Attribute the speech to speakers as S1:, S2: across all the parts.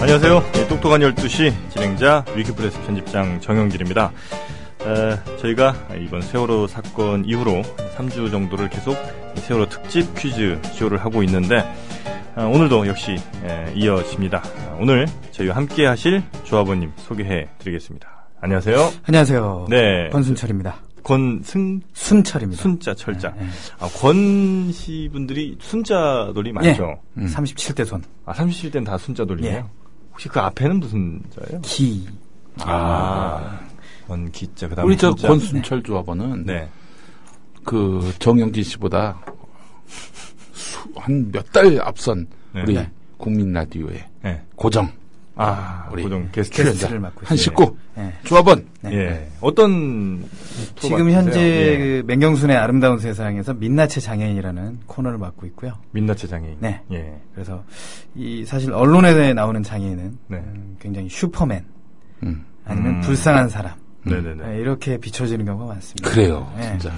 S1: 안녕하세요. 이 똑똑한 12시 진행자 위키프레스 편집장 정영길입니다. 에, 저희가 이번 세월호 사건 이후로 3주 정도를 계속 이 세월호 특집 퀴즈 쇼를 하고 있는데 아, 오늘도 역시 에, 이어집니다. 아, 오늘 저희와 함께 하실 조합원님 소개해 드리겠습니다. 안녕하세요.
S2: 안녕하세요.
S1: 네.
S2: 권순철입니다.
S1: 권승
S2: 순철입니다.
S1: 순자 철자.
S2: 네, 네.
S1: 아, 권씨 분들이 순자 돌이 많죠. 음.
S2: 예. 37대 손.
S1: 아, 37대는 다 순자 돌이에요.
S2: 예.
S1: 혹시 그 앞에는 무슨 자예요?
S2: 기.
S1: 아, 권기자 그다음
S3: 우리 저 권순철 조합원은
S1: 네.
S3: 그 정영진 씨보다 한 몇 달 앞선
S1: 네.
S3: 우리
S1: 네.
S3: 국민 라디오의
S1: 네.
S3: 고정
S1: 아,
S3: 우리
S1: 고정 게스트
S2: 게스트를
S1: 출연자.
S2: 맡고 있어요.
S3: 한 식구
S2: 예.
S3: 조합원
S2: 네.
S1: 예. 어떤
S2: 지금 현재
S1: 예.
S2: 그 맹경순의 아름다운 세상에서 민낯의 장애인이라는 코너를 맡고 있고요.
S1: 민낯의 장애인.
S2: 네.
S1: 예.
S2: 그래서 이 사실 언론에 나오는 장애인은
S1: 네.
S2: 음, 굉장히 슈퍼맨
S3: 음.
S2: 아니면
S1: 음.
S2: 불쌍한 사람
S1: 네네네.
S2: 예, 이렇게 비춰지는 경우가 많습니다.
S3: 그래요
S2: 예.
S3: 진짜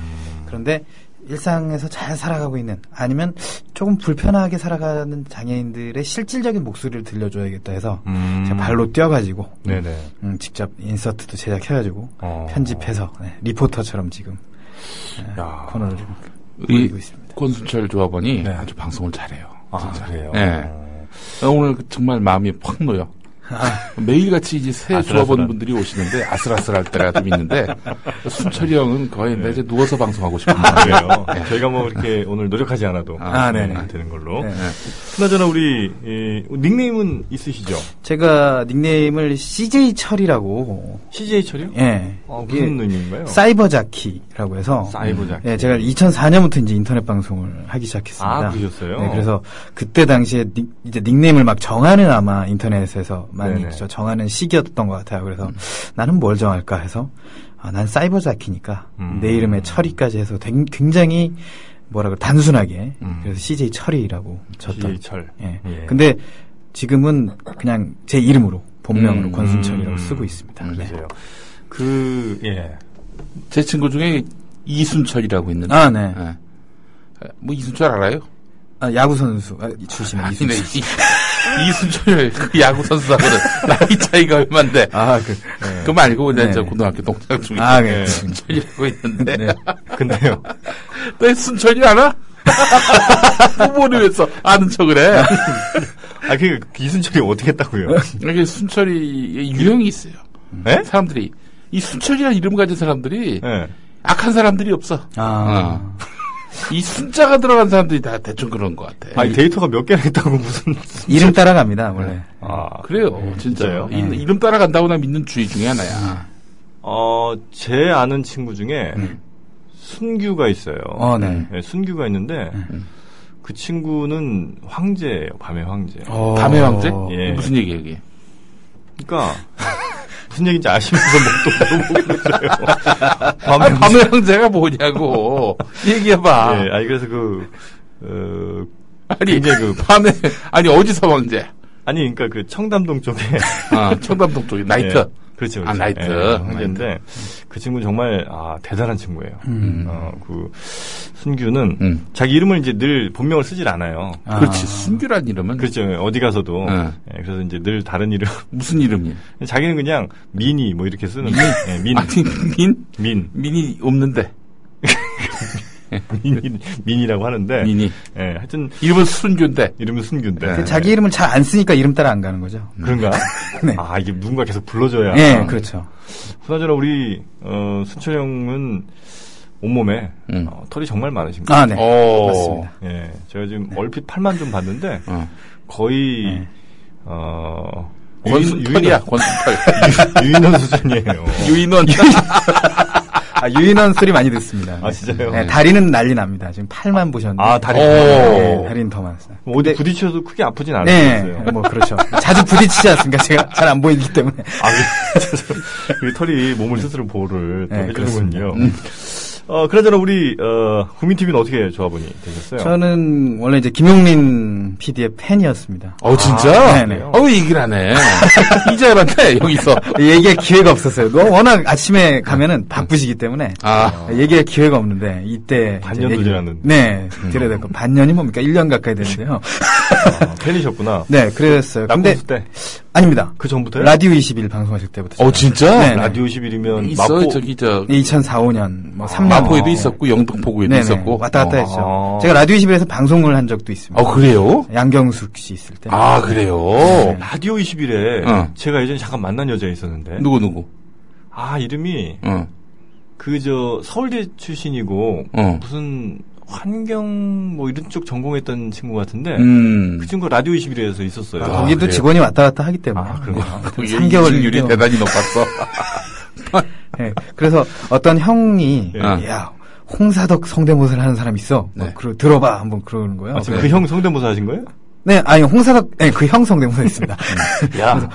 S2: 그런데 일상에서 잘 살아가고 있는 아니면 조금 불편하게 살아가는 장애인들의 실질적인 목소리를 들려줘야겠다 해서
S1: 음.
S2: 제가 발로 뛰어가지고
S1: 네네.
S2: 음, 직접 인서트도 제작해가지고
S1: 어.
S2: 편집해서 네, 리포터처럼 지금
S1: 야.
S2: 코너를 지금
S3: 이
S2: 꾸리고 있습니다.
S3: 권순철 조합원이
S1: 네.
S3: 아주 방송을 잘해요
S1: 아, 그래요. 어,
S3: 예. 나 오늘 그 정말 마음이 팍 놓여
S2: 아.
S3: 매일같이 이제 새
S1: 아슬아슬한.
S3: 조합원 분들이 오시는데 아슬아슬할 때가 좀 있는데 순철이 형은 거의
S1: 네.
S3: 나 이제 누워서 방송하고 싶은 마음
S1: 그래요. 저희가 뭐 이렇게 오늘 노력하지 않아도
S2: 아,
S1: 네,
S2: 네네.
S1: 되는 걸로.
S2: 네.
S1: 그나저나 우리 예, 닉네임은 있으시죠?
S2: 제가 닉네임을 CJ 철이라고
S1: CJ 철이요?
S2: 예
S1: 아,
S2: 이게
S1: 무슨 의미인가요?
S2: 사이버자키라고 해서
S1: 사이버자키.
S2: 예, 제가 2004년부터 이제 인터넷 방송을 하기 시작했습니다.
S1: 그 아, 그러셨어요?
S2: 네, 그래서 그때 당시에 닉, 이제 닉네임을 막 정하는 아마 인터넷에서 많이
S1: 네네. 음.
S2: 저 정하는 시기였던 것 같아요. 그래서 나는 뭘 정할까 해서 아, 난 사이버자키니까
S1: 음.
S2: 내 이름에 철이까지 해서 댕- 굉장히 뭐라 그래 단순하게
S1: 음.
S2: 그래서 CJ 철이라고 졌던.
S1: CJ 철.
S2: 예.
S1: 예.
S2: 근데 지금은 그냥 제 이름으로 본명으로
S3: 음.
S2: 권순철이라고
S1: 음.
S2: 쓰고 있습니다. 네.
S1: 그러세요. 그 예.
S3: 제 친구 중에 이순철이라고 있는데.
S2: 아, 네.
S3: 예. 아, 뭐 이순철 알아요?
S2: 아, 야구 선수 출신
S3: 아니,
S2: 이순철.
S3: 네, 이- 이순철 그 야구 선수하고는 나이 차이가 얼마인데.
S2: 아, 그,
S3: 그거 말고 이제
S2: 네.
S3: 저 고등학교 동창 중에
S2: 아, 네.
S3: 순철이라고 있는데.
S2: 네.
S1: 근데요.
S3: 너 순철이 알아? 부모를 위해서 아는 척을 해.
S1: 아, 그 이순철이 어떻게 했다고요?
S3: 이게 순철이 유형이 있어요.
S1: 예?
S3: 사람들이 이 순철이라는 이름 가진 사람들이
S1: 예.
S3: 악한 사람들이 없어.
S2: 아.
S3: 어. 이 순자가 들어간 사람들이 다 대충 그런 것 같아.
S1: 아, 이 데이터가 몇 개나 있다고 무슨
S2: 이름 따라갑니다, 원래.
S1: 아,
S3: 그래요, 진짜요.
S1: 진짜요?
S3: 이, 름 따라간다고 나 믿는 주의 중에 하나야.
S1: 어, 제 아는 친구 중에 순규가 있어요.
S2: 어, 네.
S1: 예, 순규가 있는데 그 친구는 황제예요. 밤의 황제.
S2: 어,
S3: 밤의 왕제?
S1: 예.
S3: 무슨 얘기야, 이게?
S1: 그러니까 무슨 얘기인지 아시면서 목도 모르겠어요. 밤의
S3: 아, 밤의 왕제가 뭐냐고. 얘기해봐.
S1: 예, 아니 그래서 그 어,
S3: 아니,
S1: 이제 그-
S3: 밤에, 아니, 어디서 왕제?
S1: 아니 그러니까 그 청담동 쪽에
S3: 아, 청담동 쪽에 나이트.
S1: 예, 그렇죠, 그렇죠.
S3: 아, 나이트.
S1: 예, 황제인데 그 친구 는 정말 아, 대단한 친구예요. 어, 그 순규는
S3: 음.
S1: 자기 이름을 이제 늘 본명을 쓰질 않아요.
S3: 그렇지. 순규란 이름은
S1: 그렇죠. 어디 가서도
S3: 네.
S1: 예, 그래서 이제 늘 다른 이름.
S3: 무슨 이름이야?
S1: 자기는 그냥 미니 뭐 이렇게 쓰는데 예, 민,
S3: 아니, 민?
S1: 민,
S3: 민이 없는데.
S1: 민이, 민이라고 하는데
S3: 민이.
S1: 예, 하여튼
S3: 이름은 순규인데.
S1: 이름은 순규인데 예.
S2: 그 자기 이름을 잘 안 쓰니까 이름 따라 안 가는 거죠.
S1: 그런가?
S2: 네.
S1: 아 이게 누군가 계속 불러줘야.
S2: 예, 그렇죠.
S1: 그나저나 우리 어, 순철 형은 온몸에
S3: 음.
S1: 어, 털이 정말 많으신 거예요.
S2: 아, 네.
S3: 오.
S2: 맞습니다.
S1: 예, 제가 지금 얼핏 팔만 좀 봤는데
S3: 어.
S1: 거의 어,
S3: 권순철이야, 권순철.
S1: 유인원 수준이에요.
S3: 유인원.
S2: 아, 유인원 소리 많이 듣습니다.
S1: 아, 진짜요?
S2: 네, 다리는 난리 납니다. 지금 팔만 보셨는데.
S1: 아 다리.
S2: 네,
S3: 오.
S2: 다리는 더 많습니다.
S1: 어디 부딪혀도 크게 아프진
S2: 네,
S1: 않으셨어요.
S2: 뭐, 그렇죠. 자주 부딪히지 않습니까? 제가 잘 안 보이기 때문에.
S1: 아, 그, 그 털이 몸을 스스로 보호를 또
S2: 네,
S1: 해주는군요. 어, 그나저나 우리, 어, 국민TV는 어떻게 조합원이 되셨어요?
S2: 저는 원래 이제 김용민 PD의 팬이었습니다.
S3: 어, 진짜?
S2: 아, 네네.
S3: 어, 왜 얘기를 안 해? 이자열한테 여기서.
S2: 얘기할 기회가 없었어요. 너 워낙 아침에 가면은 바쁘시기 때문에.
S3: 아,
S2: 얘기할 기회가 없는데 이때 이제
S1: 반년도
S2: 얘기를-
S1: 지났는데.
S2: 네 드려야 될거 반년이 뭡니까 1년 가까이 되는데요
S1: 아, 팬이셨구나.
S2: 네, 그랬어요. 근데
S1: 낙공수 때.
S2: 아닙니다.
S1: 그 전부터요?
S2: 라디오 21 방송하실 때부터.
S3: 어 진짜? 음,
S2: 네.
S1: 라디오 11이면
S3: 있어
S1: 마포.
S3: 저기 저
S2: 2004~5년 뭐 3년
S3: 마포에도 아, 있었고 영등포구에도 있었고
S2: 왔다 갔다
S3: 어.
S1: 아.
S2: 했죠. 제가 라디오 21에서 방송을 한 적도 있습니다.
S3: 어 그래요?
S2: 양경숙 씨 있을 때.
S3: 아 그래요?
S1: 라디오 21에
S3: 어.
S1: 제가 예전에 잠깐 만난 여자 있었는데
S3: 누구 누구?
S1: 아 이름이
S3: 어.
S1: 그 저 서울대 출신이고
S3: 어.
S1: 무슨 환경 뭐 이런 쪽 전공했던 친구 같은데
S3: 음.
S1: 그 친구 가 라디오 21에서 있었어요.
S3: 아,
S2: 거기도
S3: 그래요?
S2: 직원이 왔다 갔다 하기 때문에.
S1: 아, 그런가.
S2: 네,
S3: 거기에
S2: 3개월
S3: 이직률이
S2: 정도.
S3: 대단히 높았어.
S2: 네, 그래서 어떤 형이
S1: 예.
S2: 야 홍사덕 성대모사를 하는 사람 있어. 뭐
S3: 네.
S2: 그러, 들어봐 한번 그러는 거예요.
S1: 아, 지금
S3: 네.
S1: 그 형 성대모사 하신 거예요?
S2: 네, 아니 홍사덕 네, 그 형 성대모사 있습니다.
S1: 야.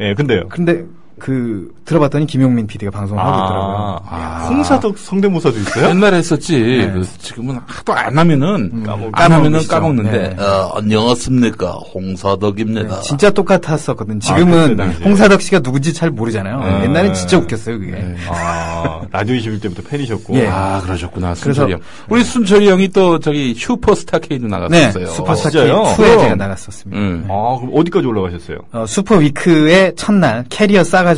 S1: 예, 근데요.
S2: 근데 그 들어봤더니 김용민 PD가 방송을 하고 있더라고요.
S1: 아, 홍사덕 성대모사도 있어요?
S3: 옛날에 했었지.
S2: 네.
S3: 그 지금은 하도 안 하면은
S1: 까먹-
S3: 안 하면은
S2: 까먹으시죠.
S3: 까먹는데.
S2: 네.
S3: 어, 안녕하십니까 홍사덕입니다.
S2: 네, 진짜 똑같았었거든. 지금은
S1: 아, 그때 당시에.
S2: 홍사덕 씨가 누군지 잘 모르잖아요.
S1: 네.
S2: 옛날엔 진짜 웃겼어요, 그게.
S3: 네.
S1: 아, 라디오 21 때부터 팬이셨고.
S2: 예.
S3: 아 그러셨구나
S2: 그래서-
S3: 순철이 형. 우리 순철이 형이 또 저기 슈퍼스타 K도
S2: 네,
S3: 나갔었어요.
S2: 슈퍼스타 K
S1: 아, 진짜요?
S2: 2에 제가
S1: 그럼.
S2: 나갔었습니다.
S3: 음.
S1: 아, 그럼 어디까지 올라가셨어요?
S2: 어, 슈퍼 위크의 첫날 캐리어 싸가지고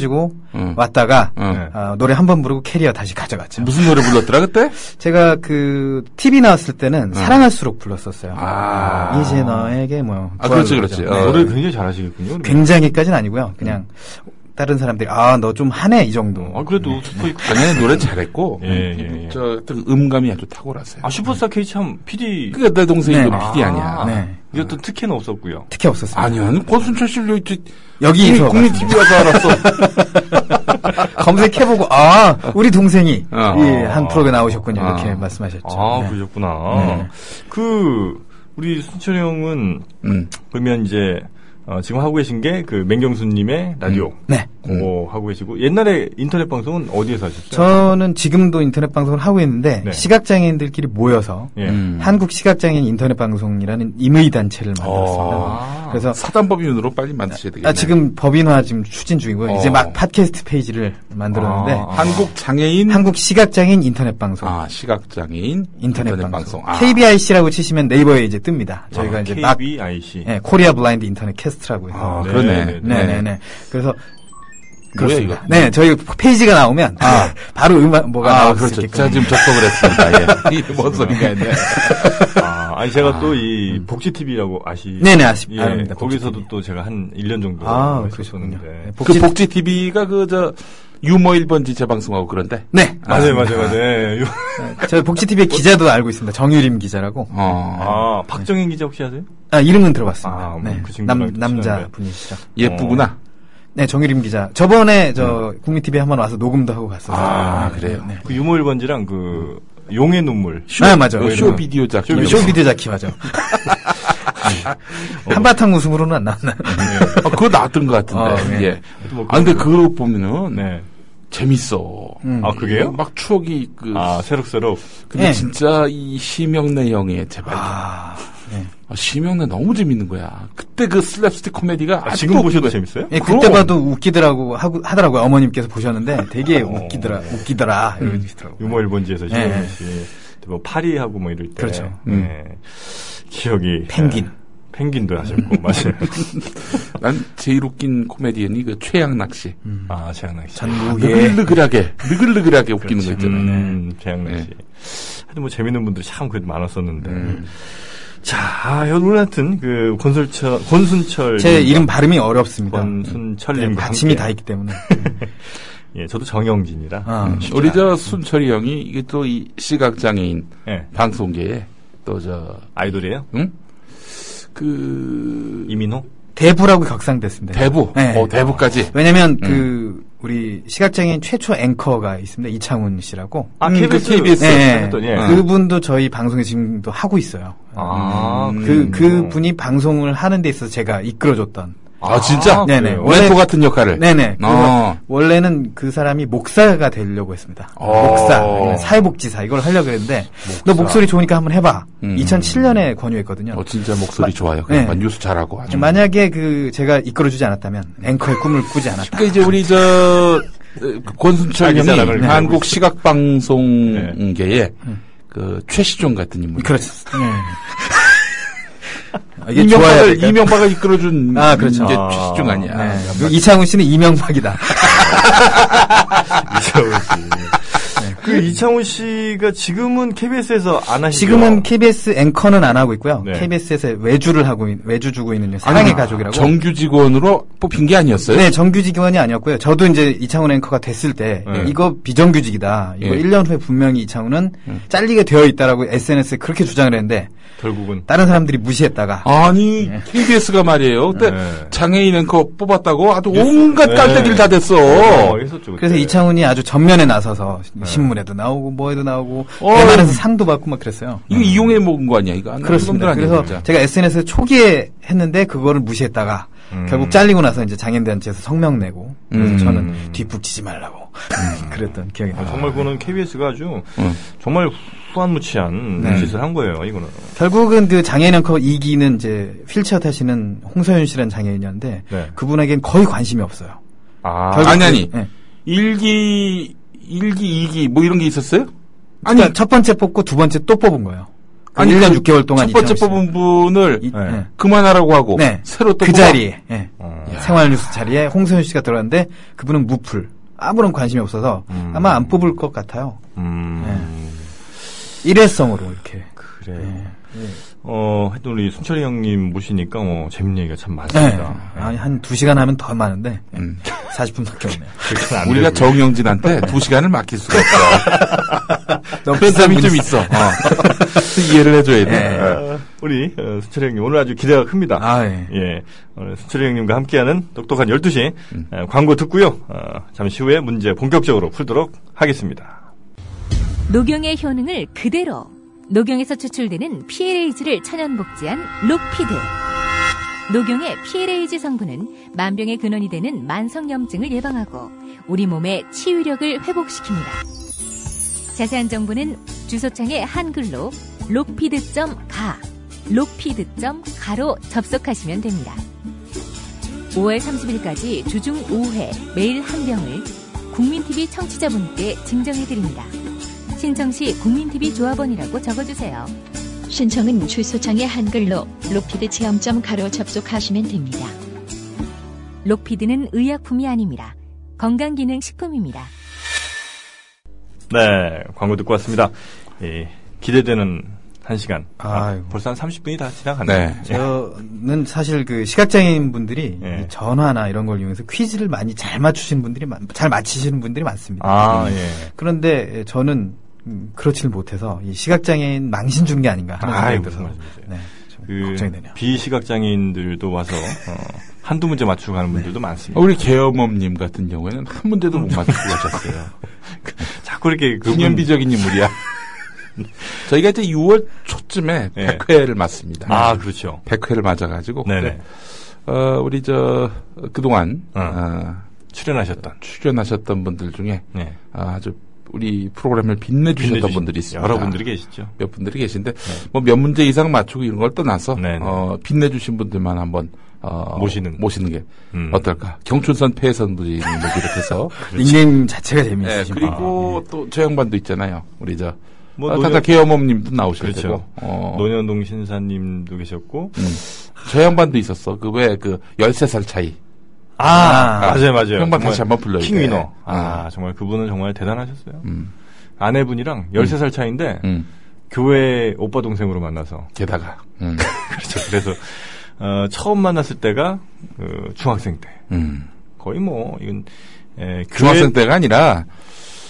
S3: 음.
S2: 왔다가
S3: 음.
S1: 네.
S2: 어, 노래 한 번 부르고 캐리어 다시 가져갔죠.
S3: 무슨 노래 불렀더라 그때?
S2: 제가 그 TV 나왔을 때는 사랑할수록 불렀었어요.
S3: 네. 아.
S2: 이제 너에게 뭐
S3: 아, 그렇지, 그렇지. 어.
S1: 노래 굉장히 잘하시겠군요. 그러면.
S2: 굉장히까지는 아니고요. 그냥
S3: 음.
S2: 다른 사람들이 아 너 좀 하네 이 정도.
S3: 어,
S1: 아, 그래도 슈퍼,
S3: 당연히 노래 잘했고
S1: 예, 예, 예.
S3: 저 하여튼 음감이 아주 탁월하세요.
S1: 아, 슈퍼스타 K 참 PD.
S3: 그러니까 내 동생이
S2: 네.
S3: 그 PD 아니야.
S1: 아,
S2: 네.
S1: 이게 어떤 특혜는 없었고요.
S2: 특히 없었어요.
S3: 아니요, 아니, 권순철 씨를 여기
S2: 여기
S3: 국민, 국민
S2: 들어갔습니다.
S3: TV에서 알았어.
S2: 검색해보고 아 우리 동생이
S3: 어.
S2: 예, 한 프로에 나오셨군요
S3: 어.
S2: 이렇게 말씀하셨죠.
S1: 아,
S2: 네.
S1: 그러셨구나.
S2: 네.
S1: 그, 우리 순철이 형은,
S3: 음.
S1: 그러면 이제, 어, 지금 하고 계신 게 그 맹경수님의 라디오.
S2: 네.
S1: 그거 하고 계시고, 옛날에 인터넷 방송은 어디에서 하셨어요?
S2: 저는 지금도 인터넷 방송을 하고 있는데
S1: 네.
S2: 시각장애인들끼리 모여서
S1: 예.
S3: 음.
S2: 한국 시각장애인 인터넷 방송이라는 임의 단체를
S3: 어.
S2: 만들었습니다.
S1: 아.
S2: 그래서
S3: 사단법인으로 빨리 만드셔야 되겠네요.
S2: 아, 지금 법인화 지금 추진 중이고요. 이제
S3: 어.
S2: 막 팟캐스트 페이지를 만들었는데
S1: 아.
S3: 한국 장애인
S2: 한국 시각장애인 인터넷 방송
S3: 아 시각장애인
S2: 인터넷, 방송,
S3: 방송. 아.
S2: KBIC라고 치시면 네이버에 이제 뜹니다. 저희가
S1: 아,
S2: 이제 막
S1: KBIC.
S2: 예, 코리아 블라인드 인터넷 캐스트라고 해서
S3: 아,
S1: 네,
S3: 그러네.
S1: 네,
S2: 네네네. 그래서
S3: 그렇습니다. 이거?
S2: 네, 저희 페이지가 나오면 바로 음악 뭐가
S3: 아,
S2: 나올 수
S3: 그렇죠.
S2: 있게끔.
S3: 제가 지금 접속을 했습니다. 예. 이게 뭔 소리가 있네.
S1: 아, 아니 제가 또 이 복지 TV라고 아시?
S2: 네네, 아시-
S1: 예,
S2: 아닙니다,
S1: 거기서도 또 제가 한 1년 정도
S2: 아, 그러셨군요. 네,
S1: 했었는데.
S2: 복지-
S3: 그 복지 TV가 그 저 유머 1번지 재방송하고 그런데.
S2: 네.
S1: 맞아요, 맞아요, 예, 맞아요.
S2: 저희 복지 TV의 기자도 알고 있습니다. 정유림 기자라고. 네.
S3: 어.
S1: 아, 박정인 기자 혹시 아세요?
S2: 아, 이름은 들어봤습니다.
S3: 뭐
S1: 아,
S2: 네.
S1: 그 친구랑
S2: 남, 남자
S1: 친한데.
S2: 분이시죠.
S3: 예쁘구나.
S2: 네, 정유림 기자. 저번에 저 국민 TV에 한번 와서 녹음도 하고 갔어요.
S3: 아, 그래요?
S2: 네.
S1: 그 유머 1번지랑 그 용의 눈물.
S2: 아, 맞아.
S3: 어, 쇼 비디오 작.
S1: 쇼 비디오.
S2: 쇼 비디오 자키 맞아. 한바탕 웃음으로는 안 나왔나?
S3: 아, 그거 나왔던 것 같은데.
S2: 아, 네.
S3: 예.
S1: 뭐
S3: 아, 근데 그거 보면은
S1: 네.
S3: 재밌어.
S2: 음.
S1: 아, 그게요?
S3: 막 추억이 그
S1: 아, 새록새록.
S3: 근데
S2: 예.
S3: 진짜 이 심영래 형의 제발
S2: 아, 네.
S3: 아, 심영래 너무 재밌는 거야. 그때 그 슬랩스틱 코미디가
S1: 아,
S3: 아직도
S1: 지금 보셔도 재밌어요?
S2: 예,
S3: 그럼.
S2: 그때 봐도 웃기더라고 하고 하더라고요. 어머님께서 보셨는데 되게 웃기더라, 웃기더라 이러시더라고. 요
S1: 유머 1번지에서
S2: 네.
S1: 지금 씨. 뭐 파리하고 뭐 이럴 때.
S2: 그렇죠.
S1: 네. 기억이.
S2: 펭귄. 음.
S1: 네. 펭귄도 하셨고, 맞아요.
S3: 난 제일 웃긴 코미디언이 그 최양락 씨.
S1: 아, 최양락 씨.
S3: 아,
S2: 전국에
S3: 느글느글하게 느글느글하게 웃기는 거 있잖아요.
S1: 음, 최양락
S3: 네.
S1: 씨. 하여튼 뭐 재밌는 분들이 참 그래도 많았었는데.
S2: 음.
S1: 자, 아, 오늘 하여튼 그 권순철, 권순철.
S2: 제
S1: 님과
S2: 이름 발음이 어렵습니다. 네,
S1: 권순철님과
S2: 받침이 다
S1: 함께.
S2: 있기 때문에.
S1: 예, 저도 정영진이라.
S2: 아,
S1: 쉽지
S3: 우리
S1: 않아요.
S3: 저 순철이 형이 이게 또 이 시각 장애인
S1: 예,
S3: 방송계에 또 저
S1: 아이돌이에요?
S3: 응? 그
S1: 이민호?
S2: 대부라고 격상됐습니다.
S3: 대부.
S2: 네.
S3: 어, 대부까지.
S2: 왜냐면 그 우리 시각장애인 최초 앵커가 있습니다. 이창훈 씨라고.
S1: 아,
S3: 음,
S1: KBS.
S3: 그 KBS.
S2: 네,
S1: 했던, 예.
S2: 그분도 저희 방송에 지금도 하고 있어요.
S1: 아,
S3: 음.
S2: 그, 그 분이 방송을 하는 데 있어서 제가 이끌어줬던.
S3: 아, 진짜?
S2: 네네.
S1: 그래요?
S2: 원래-
S3: 멘토 같은 역할을.
S2: 네네. 그래서
S3: 어.
S2: 원래는 그 사람이 목사가 되려고 했습니다.
S3: 어.
S2: 목사, 아니면 사회복지사 이걸 하려고 했는데 너 목소리 좋으니까 한번 해봐.
S3: 음.
S2: 2007년에 권유했거든요.
S3: 어, 진짜 목소리
S2: 마-
S3: 좋아요. 그냥
S2: 네.
S3: 뉴스 잘하고 아주.
S2: 만약에 그 제가 이끌어주지 않았다면 앵커의 꿈을 꾸지 않았다.
S3: 그러니까 이제 우리 저 어, 권순철
S1: 자기
S3: 형이
S1: 자랑을 하고
S3: 한국
S1: 있어요.
S3: 시각 방송계에 네. 음. 그 최시종 같은 인물.
S2: 그렇죠. 네. 이게 좋아야
S3: 이명박을,
S2: 될까요?
S3: 이명박을 이끌어준
S2: 아, 그렇죠.
S3: 게
S1: 아.
S3: 최시중 아니야.
S2: 네. 이창훈 씨는 이명박이다.
S1: 이창훈 씨. 그 이창훈 씨가 지금은 KBS에서 안 하시죠?
S2: 지금은 KBS 앵커는 안 하고 있고요.
S1: 네.
S2: KBS에서 외주를 하고 있- 외주 주고 있는 사랑의 가족이라고.
S3: 아, 정규 직원으로 뽑힌 게 아니었어요?
S2: 네, 정규직 의원이 아니었고요. 저도 이제 이창훈 앵커가 됐을 때
S1: 네.
S2: 이거 비정규직이다. 이거
S3: 예. 음.
S2: 1년 후에 분명히 이창훈은 잘리게 되어 있다라고 SNS에 그렇게 주장을 했는데
S1: 결국은
S2: 다른 사람들이 무시했다가
S3: 아니, KBS가 말이에요. 그때
S1: 네.
S3: 장애인 앵커 뽑았다고 아주
S1: 뉴스-
S3: 온갖
S1: 네.
S3: 깔때기를 다 됐어.
S1: 어,
S3: 네.
S1: 했었죠.
S2: 그래서
S1: 그때.
S2: 이창훈이 아주 전면에 나서서 신문에도 나오고 뭐에도 나오고
S3: 어이.
S2: 대만에서 상도 받고 막 그랬어요.
S3: 이거 이용해 먹은 거 아니야, 이거. 안
S2: 그렇습니다.
S3: 놈들 아니야,
S2: 그래서
S3: 진짜.
S2: 제가 SNS에 초기에 했는데 그거를 무시했다가
S1: 음.
S2: 결국 잘리고 나서 이제 장애인단체에서 성명 내고 그래서
S3: 음.
S2: 저는 뒷북치지 말라고 그랬던 기억이
S1: 아,
S2: 나요.
S1: 정말 그거는 KBS가 아주
S3: 응.
S1: 정말 후한무치한
S2: 네.
S1: 짓을 한 거예요, 이거는.
S2: 결국은 그 장애인 앵커 2기는 이제 휠체어 타시는 홍서윤 씨라는 장애인이었는데
S1: 네.
S2: 그분에겐 거의 관심이 없어요.
S1: 아,
S2: 결국
S3: 아니,
S2: 그-
S3: 아니.
S2: 예.
S3: 일기일기이기뭐 이런 게 있었어요? 아니,
S2: 그러니까 첫 번째 뽑고 두 번째 또 뽑은 거예요. 그
S3: 아니,
S2: 1년
S3: 그
S2: 6개월 동안
S3: 첫 번째
S2: 이창훈 씨는.
S3: 뽑은 분을
S2: 이-
S1: 네.
S2: 예.
S3: 그만하라고 하고
S2: 네.
S3: 새로 또
S2: 그
S3: 뽑아.
S2: 자리에 예.
S1: 어.
S2: 생활뉴스 자리에 홍서윤 씨가 들어갔는데 그분은 무풀 아무런 관심이 없어서
S1: 음.
S2: 아마 안 뽑을 것 같아요.
S1: 음,
S2: 네. 일회성으로 이렇게.
S1: 그래요.
S2: 네.
S1: 어, 하여튼 우리 순철이 형님 모시니까 뭐 재밌는 얘기가 참
S2: 네.
S1: 많습니다.
S2: 아니 한 두시간 하면 더 많은데
S3: 음.
S2: 40분 밖에 없네요.
S1: 그건 안
S3: 우리가
S1: 되고요.
S3: 정영진한테 두 시간을 맡길 수가 없어.
S2: 너무
S3: 그런
S2: 비싼
S3: 점이 좀
S2: 분이-
S3: 있어. 어. 이해를 해줘야 돼. 네.
S1: 아, 우리 어, 순철이 형님 오늘 아주 기대가 큽니다.
S2: 아 예.
S1: 예, 오늘 수철이 형님과 함께하는 똑똑한 12시 에, 광고 듣고요. 어, 잠시 후에 문제 본격적으로 풀도록 하겠습니다.
S4: 녹용의 효능을 그대로 녹용에서 추출되는 PLAG를 천연 복제한 록피드. 녹용의 PLAG 성분은 만병의 근원이 되는 만성염증을 예방하고 우리 몸의 치유력을 회복시킵니다. 자세한 정보는 주소창에 한글로 록피드.가 록피드.가로 접속하시면 됩니다. 5월 30일까지 주중 5회 매일 한 병을 국민TV 청취자분께 증정해드립니다. 신청 시 국민TV 조합원이라고 적어주세요.
S5: 신청은 주소창에 한글로 로피드 체험점 가로 접속하시면 됩니다.
S4: 록피드는 의약품이 아닙니다. 건강기능식품입니다.
S1: 네, 광고 듣고 왔습니다. 예, 기대되는 한 시간. 아,
S2: 아이고.
S1: 벌써 한 30분이 다 지나갔네요.
S3: 네.
S2: 저는 사실 그 시각장애인 분들이
S1: 예.
S2: 이 전화나 이런 걸 이용해서 퀴즈를 많이 잘 맞추시는 분들이 많, 잘 맞히시는 분들이 많습니다.
S1: 아, 예.
S2: 그런데 저는 음, 그렇지를 못해서 이 시각장애인 망신 주는 게 아닌가 하는 생각이
S1: 아이, 무슨
S2: 들어서
S1: 말씀이세요.
S2: 네, 좀
S1: 그
S2: 걱정이 되네요.
S1: 비시각장애인들도 와서 어, 한두 문제 맞추고 가는 분들도
S3: 네.
S1: 많습니다.
S3: 우리 개엄엄님 같은 경우에는 한 문제도 못 맞추고 가셨어요.
S1: 자꾸 이렇게 그분-
S3: 기념비적인 인물이야. 저희가 이제 6월 초쯤에
S1: 예.
S3: 100회를 맞습니다.
S1: 아, 그렇죠.
S3: 100회를 맞아가지고
S1: 네네.
S3: 어, 우리 저 어, 그동안
S1: 어.
S3: 어,
S1: 출연하셨던.
S3: 출연하셨던 분들 중에
S1: 네.
S3: 아주 우리 프로그램을 빛내주셨던
S1: 빛내주신
S3: 분들이 있습니다.
S1: 여러분들이 계시죠.
S3: 몇 분들이 계신데 뭐 몇 문제 이상 맞추고 이런 걸 떠나서
S1: 네, 네.
S3: 어, 빛내주신 분들만 한번 어,
S1: 모시는.
S3: 모시는 게
S1: 음.
S3: 어떨까? 경춘선 폐선 분이 비롯해서
S1: 그렇죠.
S2: 닉네임 자체가
S3: 예,
S2: 재미있으시고
S3: 그리고 또 저 양반도 있잖아요. 우리 저
S1: 뭐
S3: 아,
S1: 노년-
S3: 타타 개어멈님도 나오실
S1: 그렇죠.
S3: 테고 어,
S1: 노년동 신사님도 계셨고
S3: 저 양반도 있었어. 그 왜 그 13살 차이.
S1: 아,
S3: 아,
S1: 맞아요, 맞아요.
S3: 형만
S1: 정말
S3: 다시 한번 불러요.
S1: 킹
S3: 네.
S1: 위너. 아,
S3: 아.
S1: 정말 그분은 정말 대단하셨어요.
S3: 음.
S1: 아내분이랑 13살 차이인데,
S3: 음.
S1: 교회 오빠 동생으로 만나서.
S3: 게다가 음.
S1: 그렇죠. 그래서, 어, 처음 만났을 때가, 그 중학생 때.
S3: 음.
S1: 거의 뭐, 이건, 에, 교회-
S3: 중학생 때가 아니라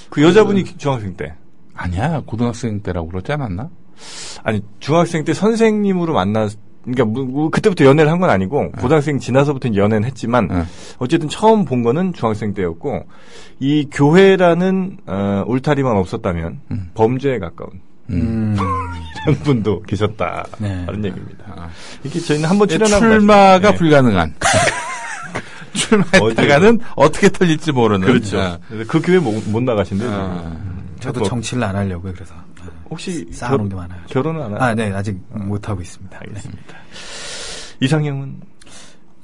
S1: 그 여자분이 중학생 때.
S3: 아니야 고등학생 때라고 그러지 않았나?
S1: 아니, 중학생 때 선생님으로 만났, 그러니까 뭐, 뭐 그때부터 연애를 한 건
S2: 네.
S1: 아니고 고등학생 지나서부터 연애는 했지만
S3: 네.
S1: 어쨌든 처음 본 거는 중학생 때였고 이 교회라는 어, 울타리만 없었다면 범죄에 가까운
S2: 음,
S1: 아, 그런 분도 계셨다
S2: 네.
S1: 하는 얘기입니다. 이렇게 저희는 한번 출연한
S3: 예, 출마가
S1: 네.
S3: 불가능한. 출마했다가는 어떻게 털릴지 모르는.
S1: 그렇죠.
S3: 아,
S1: 그래서 그 교회 못, 못 나가신대요.
S3: 아.
S1: 지금.
S2: 네. 저도
S1: 뭐,
S2: 정치를 안 하려고요. 그래서
S1: 혹시
S2: 쌓아놓은 게 많아요.
S1: 결혼은 안 하나요?
S2: 아, 네, 아직
S1: 음.
S2: 못 하고 있습니다. 네.
S1: 알겠습니다. 이상형은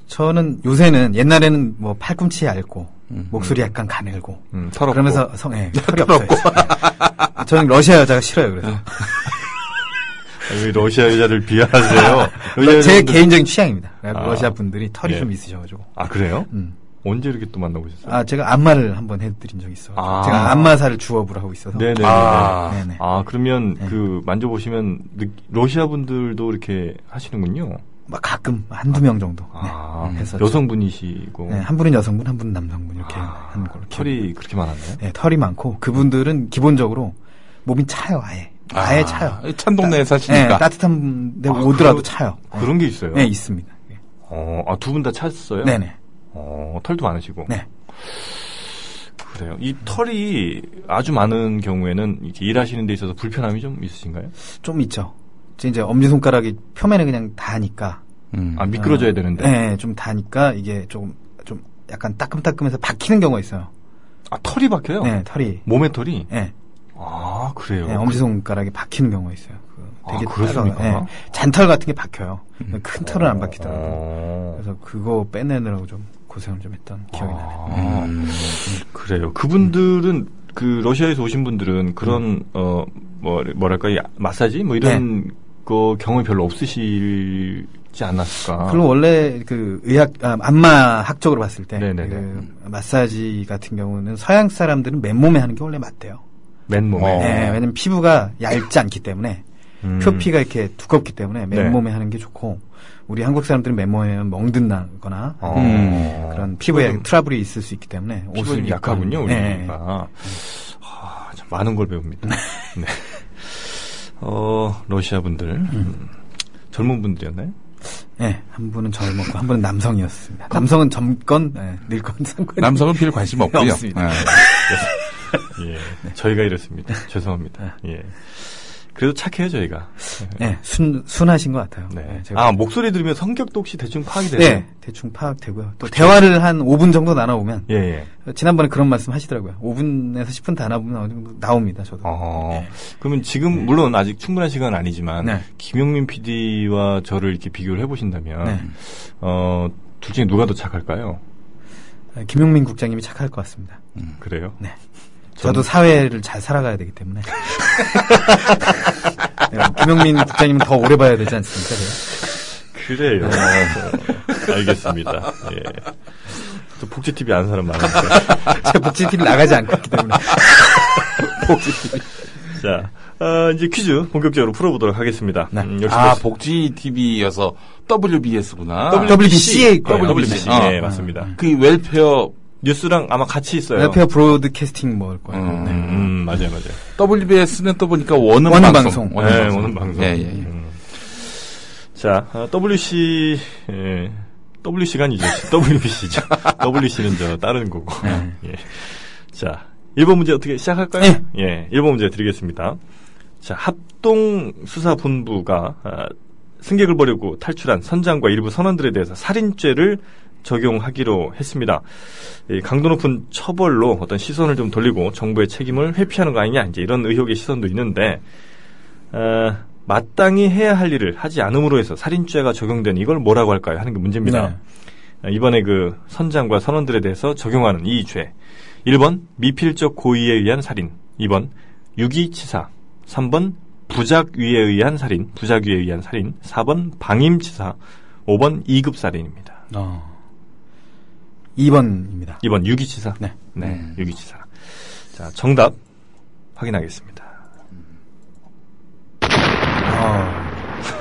S2: 저는 요새는 옛날에는 뭐 팔꿈치 얇고 목소리 약간 가늘고
S1: 음, 털없고
S2: 그러면서 예, 네.
S1: 아,
S2: 성에 털이 없어요. 저는 러시아 여자가 싫어요. 그래서
S1: 왜 러시아 여자를 비하하세요? 러시아
S2: 그러니까 제
S1: 여자분들-
S2: 개인적인 취향입니다. 러시아
S1: 아.
S2: 분들이 털이
S1: 예.
S2: 좀 있으셔가지고.
S1: 아 그래요?
S2: 음.
S1: 언제 이렇게 또 만나보셨어요?
S2: 아 제가 안마를 한번 해드린 적이 있어요.
S1: 아.
S2: 제가 안마사를 주업으로 하고 있어서.
S1: 네네네.
S3: 아.
S2: 네네.
S1: 아 그러면
S2: 네.
S1: 그 만져보시면 느- 러시아 분들도 이렇게 하시는군요.
S2: 막뭐 가끔 한두 명 정도. 네.
S1: 아
S2: 음, 그래서
S1: 여성분이시고
S2: 네, 한 분은 여성분, 한 분은 남성분 이렇게
S1: 아,
S2: 하는 걸로.
S1: 털이 그렇게 많았나요?
S2: 네, 털이 많고 그분들은 기본적으로 몸이 차요 아예. 아예 차요.
S3: 찬 동네에
S2: 네,
S3: 사시니까.
S2: 따뜻한 데
S1: 아,
S2: 오더라도
S1: 그러-
S2: 차요. 네.
S1: 그런 게 있어요.
S2: 네, 있습니다. 예.
S1: 어, 아, 두 분 다 찼어요?
S2: 네네.
S1: 어, 털도 많으시고.
S2: 네.
S1: 그래요. 이 털이 아주 많은 경우에는 이렇게 일하시는 데 있어서 불편함이 좀 있으신가요?
S2: 좀 있죠. 이제 엄지손가락이 표면에 그냥 닿으니까.
S3: 음.
S1: 아, 미끄러져야 되는데.
S2: 네. 좀 닿으니까 이게 조금, 좀 약간 따끔따끔해서 박히는 경우가 있어요.
S1: 아, 털이 박혀요?
S2: 네, 털이.
S1: 몸의 털이?
S2: 네,
S1: 아, 그래요.
S2: 네, 엄지손가락에 박히는 경우가 있어요. 그
S1: 아, 그렇습니까? 음.
S2: 따가워요. 네, 잔털 같은 게 박혀요. 큰 털은 안 박히더라고요.
S1: 어.
S2: 그래서 그거 빼내느라고 좀 고생을 좀 했던 기억이 나네요.
S1: 아,
S3: 어.
S1: 그래요. 그분들은 그 러시아에서 오신 분들은 그런
S2: 음.
S1: 어 뭐, 뭐랄까 이 마사지 뭐 이런
S2: 네.
S1: 거 경험이 별로 없으시지 않았을까?
S2: 그리고 원래 그 의학 아, 안마학적으로 봤을 때
S1: 네네네. 음.
S2: 그 마사지 같은 경우는 서양 사람들은 맨몸에 하는 게 원래 맞대요.
S1: 맨몸에.
S3: 어.
S2: 네, 왜냐면 피부가 얇지 않기 때문에
S1: 음. 네.
S2: 표피가 이렇게 두껍기 때문에 맨몸에 하는 게 좋고 우리 한국 사람들은 맨몸에 멍든다거나
S1: 어.
S3: 음,
S2: 그런 피부에 트러블이 있을 수 있기 때문에 옷을
S1: 피부는
S2: 입고
S1: 약하군요,
S2: 하는-
S1: 우리가.
S2: 네.
S1: 아, 참 많은 걸 배웁니다. 네. 어, 러시아 분들. 음, 젊은 분들이었나요?
S2: 네, 한 분은 젊었고 한 분은 남성이었습니다. 남성은 젊건 네, 늙건 상관이
S3: 남성은 별 관심 없고요.
S2: 없습니다.
S3: 예.
S1: 예.
S2: 네.
S1: 저희가 이렇습니다. 죄송합니다. 예. 그래도 착해요, 저희가.
S2: 네, 순 순하신 것 같아요.
S1: 네.
S2: 네, 제가
S1: 아, 목소리 들으면 성격도 혹시 대충 파악이 되나요?
S2: 네, 대충 파악되고요. 또 대화를 한 5분 정도 나눠보면
S1: 예, 예.
S2: 지난번에 그런 말씀 하시더라고요. 5분에서 10분 다 나눠보면 어느 정도 나옵니다. 저도.
S1: 어, 그러면 지금, 물론 아직 충분한 시간은 아니지만,
S2: 네.
S1: 김용민 PD와 저를 이렇게 비교를 해보신다면,
S2: 네.
S1: 어, 둘 중에 누가 더 착할까요?
S2: 예, 김용민 국장님이 착할 것 같습니다.
S1: 그래요?
S2: 네. 저도 사회를 잘 살아가야 되기 때문에. 네, 김용민 국장님은 더 오래 봐야 되지 않습니까? 제가?
S1: 그래요. 어, 알겠습니다. 예. 또 복지 TV 아는 사람 많은데.
S2: 제가 복지 TV 나가지 않고 있기 때문에.
S1: 자, 아, 이제 퀴즈 본격적으로 풀어보도록 하겠습니다.
S2: 네.
S1: 음, 열심히
S3: 아,
S1: 하시-
S3: 복지 TV여서 WBS구나.
S2: WBC에 있고요.
S1: WBC.
S2: 네.
S3: 어.
S1: 예,
S2: 아,
S1: 맞습니다.
S3: 그 웰페어
S1: 뉴스랑 아마 같이 있어요.
S2: 옆에 브로드캐스팅 뭐일 거예요.
S3: 음.
S2: 네.
S1: 음, 맞아요, 맞아요.
S3: WBS는 또 보니까 원음,
S2: 원음
S3: 방송.
S2: 방송.
S1: 네, 오늘 방송.
S3: 예, 예, 예.
S1: 음. 자, 아, WC, 예, WC가 아니죠. WBC죠. WC는 저, 다른 거고. 예. 자, 1번 문제 어떻게 시작할까요? 예, 1번 문제 드리겠습니다. 자, 합동수사본부가 아, 승객을 버리고 탈출한 선장과 일부 선원들에 대해서 살인죄를 적용하기로 했습니다. 이 강도 높은 처벌로 어떤 시선을 좀 돌리고 정부의 책임을 회피하는 거 아니냐 이제 이런 의혹의 시선도 있는데 어, 마땅히 해야 할 일을 하지 않음으로 해서 살인죄가 적용된 이걸 뭐라고 할까요? 하는 게 문제입니다.
S2: 네.
S1: 어, 이번에 그 선장과 선원들에 대해서 적용하는 이 죄. 1번 미필적 고의에 의한 살인. 2번 유기치사. 3번 부작위에 의한 살인. 부작위에 의한 살인. 4번 방임치사. 5번 이급 살인입니다.
S2: 어. 2번입니다.
S1: 2번 유기치사.
S2: 네.
S1: 네, 유기치사. 자, 정답 확인하겠습니다.
S2: 어.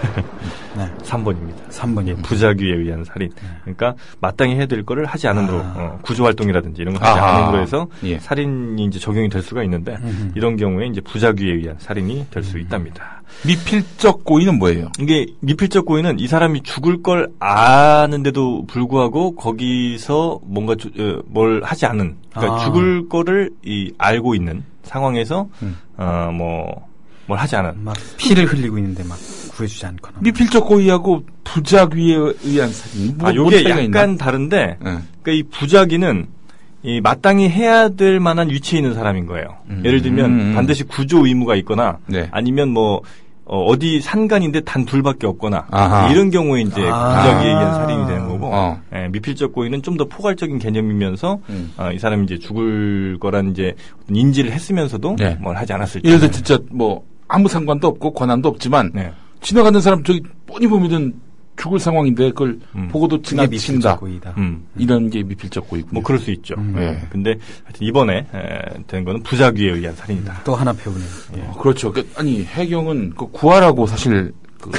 S2: 네.
S1: 3번입니다.
S2: 3번입니다.
S1: 부작위에 의한 살인. 그러니까 마땅히 해야 될 거를 하지 않음으로
S2: 네. 아.
S1: 어, 구조 활동이라든지 이런 걸 하지
S3: 아하.
S1: 않음으로 해서
S3: 예.
S1: 살인이 이제 적용이 될 수가 있는데
S2: 음흠.
S1: 이런 경우에 이제 부작위에 의한 살인이 될 수 있답니다.
S3: 미필적 고의는 뭐예요?
S1: 이게 미필적 고의는 이 사람이 죽을 걸 아는데도 불구하고 거기서 뭔가 조- 어, 뭘 하지 않은 그러니까
S2: 아.
S1: 죽을 거를 이 알고 있는 상황에서 어,
S2: 음.
S1: 어뭐뭘 하지 않은
S2: 막 피를 흘리고 있는데 막 구해주지 않거나.
S3: 미필적 고의하고 부작위에 의한 살인. 뭐,
S1: 아
S3: 뭔
S1: 요게
S3: 차이가
S1: 약간
S3: 있나?
S1: 다른데
S3: 예.
S1: 그러니까 이 부작위는 이 마땅히 해야 될 만한 위치에 있는 사람인 거예요.
S3: 음.
S1: 예를 들면
S3: 음.
S1: 반드시 구조 의무가 있거나
S3: 네.
S1: 아니면 뭐 어, 디 산간인데 단 둘밖에 없거나
S3: 아하.
S1: 이런 경우에 이제
S2: 아.
S1: 부작위에 의한 살인이 되는 거고
S3: 어.
S1: 예, 미필적 고의는 좀 더 포괄적인 개념이면서
S3: 음.
S1: 아, 이 사람이 이제 죽을 거란 이제 어떤 인지를 했으면서도
S3: 네.
S1: 뭘 하지 않았을 때
S3: 예를 들어 진짜 뭐 아무 상관도 없고 권한도 없지만
S1: 네.
S3: 지나가는 사람 저기 뻔히 보면은 죽을 상황인데 그걸
S1: 음.
S3: 보고도
S2: 그게 미친다.
S3: 지나친다.
S2: 고이다.
S1: 음.
S3: 이런 게 미필적 고의군요.
S1: 뭐 그럴 수 있죠.
S2: 음.
S3: 예.
S1: 근데 하여튼 이번에 에, 된 거는 부작위에 의한
S3: 음.
S1: 살인이다.
S2: 또 하나 배우네요.
S3: 어, 그렇죠. 그, 아니 해경은 그 구하라고 사실 그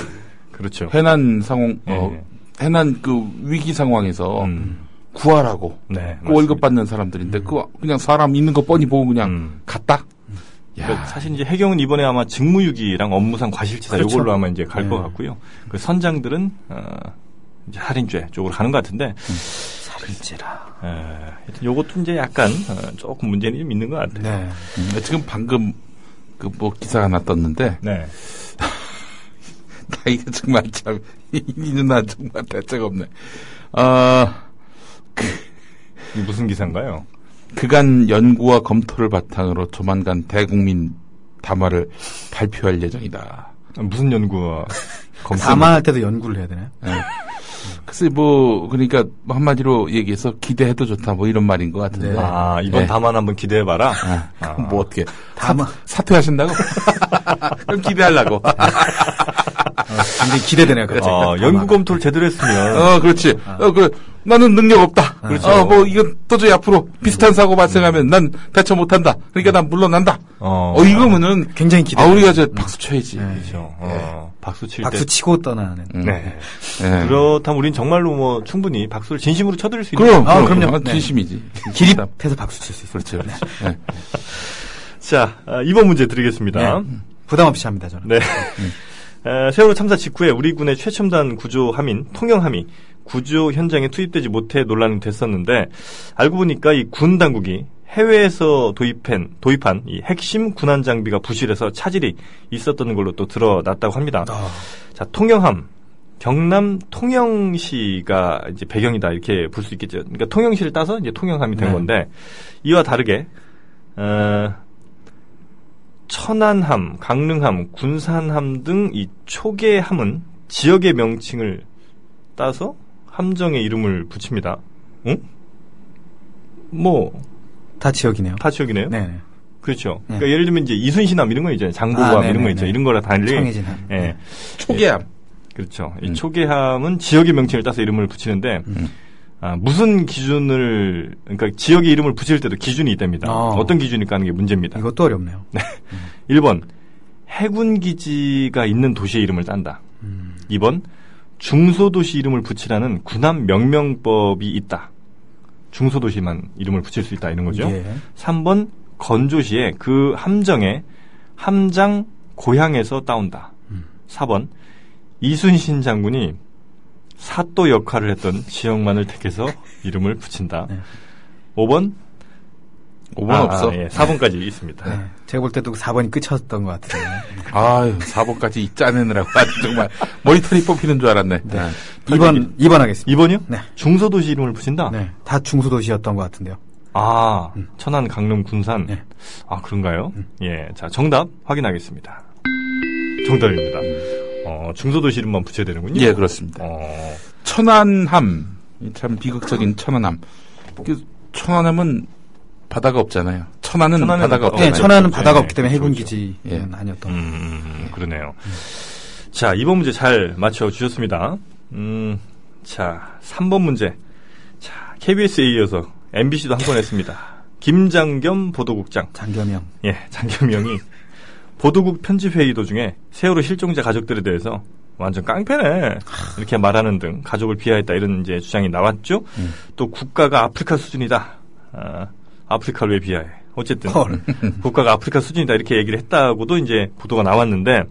S1: 그렇죠.
S3: 해난 상황, 어,
S1: 예.
S3: 해난 그 위기 상황에서
S1: 음.
S3: 구하라고
S1: 네.
S3: 그 월급 받는 사람들인데 그 그냥 사람 있는 거 뻔히 보고 그냥
S1: 음.
S3: 갔다.
S1: 그러니까
S3: 야,
S1: 사실 이제 해경은 이번에 아마 직무유기랑 업무상 과실치사
S2: 그렇죠.
S1: 이걸로 아마 이제 갈 것
S2: 네.
S1: 같고요. 그 선장들은 어, 이제 살인죄 쪽으로 가는 것 같은데
S2: 살인죄라.
S1: 에, 하여튼 요것도 이제 약간 어, 조금 문제는 좀 있는 것 같아요.
S2: 네.
S3: 음, 지금 방금 그 뭐 기사가 하나 떴는데
S1: 네.
S3: 나 아, 이거 정말 참, 이 누나 정말 대책 없네. 어,
S1: 이게 무슨 기사인가요?
S3: 그간 연구와 검토를 바탕으로 조만간 대국민 담화를 발표할 예정이다.
S1: 무슨 연구와 검사?
S2: 담화할 때도 연구를 해야 되나요?
S3: 글쎄 뭐 그러니까 뭐 한마디로 얘기해서 기대해도 좋다 뭐 이런 말인 것 같은데.
S2: 네.
S1: 아 이번
S3: 네.
S1: 담화 한번 기대해봐라.
S3: 아, 그럼 뭐 어떻게
S2: 담화.
S3: 사, 퇴하신다고 그럼 기대하려고.
S2: 아, 굉장히 기대되네요. 갑자기.
S1: 어,
S2: 담화가.
S1: 연구 검토를 제대로 했으면
S3: 어 그렇지. 어그 나는 능력 없다.
S1: 그렇죠.
S3: 어, 뭐 이건 도저히 앞으로 비슷한 사고 발생하면 난 대처 못한다. 그러니까 난 물러난다.
S1: 어.
S3: 어 이거면은
S2: 굉장히 기대.
S3: 아, 우리가 저
S2: 음.
S3: 박수 쳐야지.
S2: 네.
S1: 그렇죠. 어, 박수 칠 때.
S2: 박수 치고 떠나는.
S1: 네.
S3: 예.
S1: 그렇다면 우린 정말로 뭐 충분히 박수를 진심으로 쳐드릴 수 있는.
S3: 그럼,
S2: 아,
S3: 그럼,
S2: 그럼요.
S3: 아,
S2: 네.
S3: 진심이지. 네.
S2: 기립해서 박수 칠 수 네. 있어요.
S3: 그렇죠. 그렇죠. 예.
S1: 자, 아, 이번 문제 드리겠습니다.
S2: 네. 부담 없이 합니다, 저는.
S1: 네. 에, 세월호 참사 직후에 우리 군의 최첨단 구조함인 통영함이 구조 현장에 투입되지 못해 논란이 됐었는데 알고 보니까 이 군 당국이 해외에서 도입한 도입한 이 핵심 군안 장비가 부실해서 차질이 있었던 걸로 또 드러났다고 합니다.
S2: 아,
S1: 자, 통영함. 경남 통영시가 이제 배경이다 이렇게 볼 수 있겠죠. 그러니까 통영시를 따서 이제 통영함이 된
S2: 네.
S1: 건데 이와 다르게 어, 천안함, 강릉함, 군산함 등 이 초계함은 지역의 명칭을 따서 함정의 이름을 붙입니다. 응? 뭐 다
S2: 다 지역이네요.
S1: 지역이네요.
S2: 네. 네.
S1: 그렇죠.
S2: 네.
S1: 그러니까 예를 들면 이제 이순신함 이런 거 있잖아요.
S2: 아,
S1: 장보고함
S2: 네,
S1: 이런 거
S2: 네,
S1: 있죠.
S2: 네.
S1: 이런 거랑 달리
S2: 청해진함.
S1: 예.
S2: 네.
S3: 초계함.
S1: 그렇죠.
S3: 음.
S1: 이 초계함은 지역의 명칭을 따서 이름을 붙이는데
S3: 음.
S1: 아, 무슨 기준을 그러니까 지역의 이름을 붙일 때도 기준이 있답니다.
S2: 어.
S1: 어떤 기준일까 하는 게 문제입니다.
S2: 이것도 어렵네요.
S1: 1번 해군 기지가 있는 도시의 이름을 딴다.
S2: 음.
S1: 2번 중소도시 이름을 붙이라는 군함 명명법이 있다. 중소도시만 이름을 붙일 수 있다 이런 거죠.
S2: 예.
S1: 3번 건조시에 그 함정에 함장 고향에서 따온다.
S2: 음.
S1: 4번 이순신 장군이 사또 역할을 했던 지역만을 택해서 이름을 붙인다.
S2: 네.
S1: 5번
S3: 5번 없어.
S1: 예, 4번까지 있습니다.
S2: 네. 제가 볼 때도 4번이 끝이었던 것
S1: 네.
S2: 같은데.
S3: 아유, 4번까지 짜내느라고. 아주 정말 머리털이 뽑히는 줄 알았네.
S2: 네.
S3: 예.
S2: 2번, 2번 하겠습니다.
S1: 2번이요?
S2: 네.
S1: 중소도시 이름을 붙인다.
S2: 네. 다 중소도시였던 것 같은데요.
S1: 아
S3: 음.
S1: 천안, 강릉, 군산.
S2: 네.
S1: 아 그런가요? 예, 자 정답 확인하겠습니다. 정답입니다. 어, 중소도시 이름만 붙여야 되는군요.
S3: 예, 그렇습니다.
S1: 어,
S3: 천안함. 이참 비극적인 천안함. 그 천안함은 바다가 없잖아요. 천안은
S1: 천안은
S3: 바다가
S1: 없-
S3: 없잖아요.
S2: 네, 천안은 바다가
S1: 네,
S2: 없기 때문에
S1: 그렇죠,
S2: 해군
S1: 그렇죠.
S2: 기지는
S3: 예.
S2: 아니었던. 것
S1: 음, 그러네요. 자, 이번 문제 잘 맞춰주셨습니다. 음, 자, 3번 문제. 자, KBS에 이어서 MBC도 한 번 했습니다. 김장겸 보도국장.
S2: 장겸영.
S1: 예, 장겸영이 보도국 편집회의 도중에 세월호 실종자 가족들에 대해서 완전 깡패네. 이렇게 말하는 등 가족을 비하했다. 이런 이제 주장이 나왔죠. 또 국가가 아프리카 수준이다. 아, 아프리카를 왜 비하해? 어쨌든
S2: 헐.
S1: 국가가 아프리카 수준이다 이렇게 얘기를 했다고도 이제 보도가 나왔는데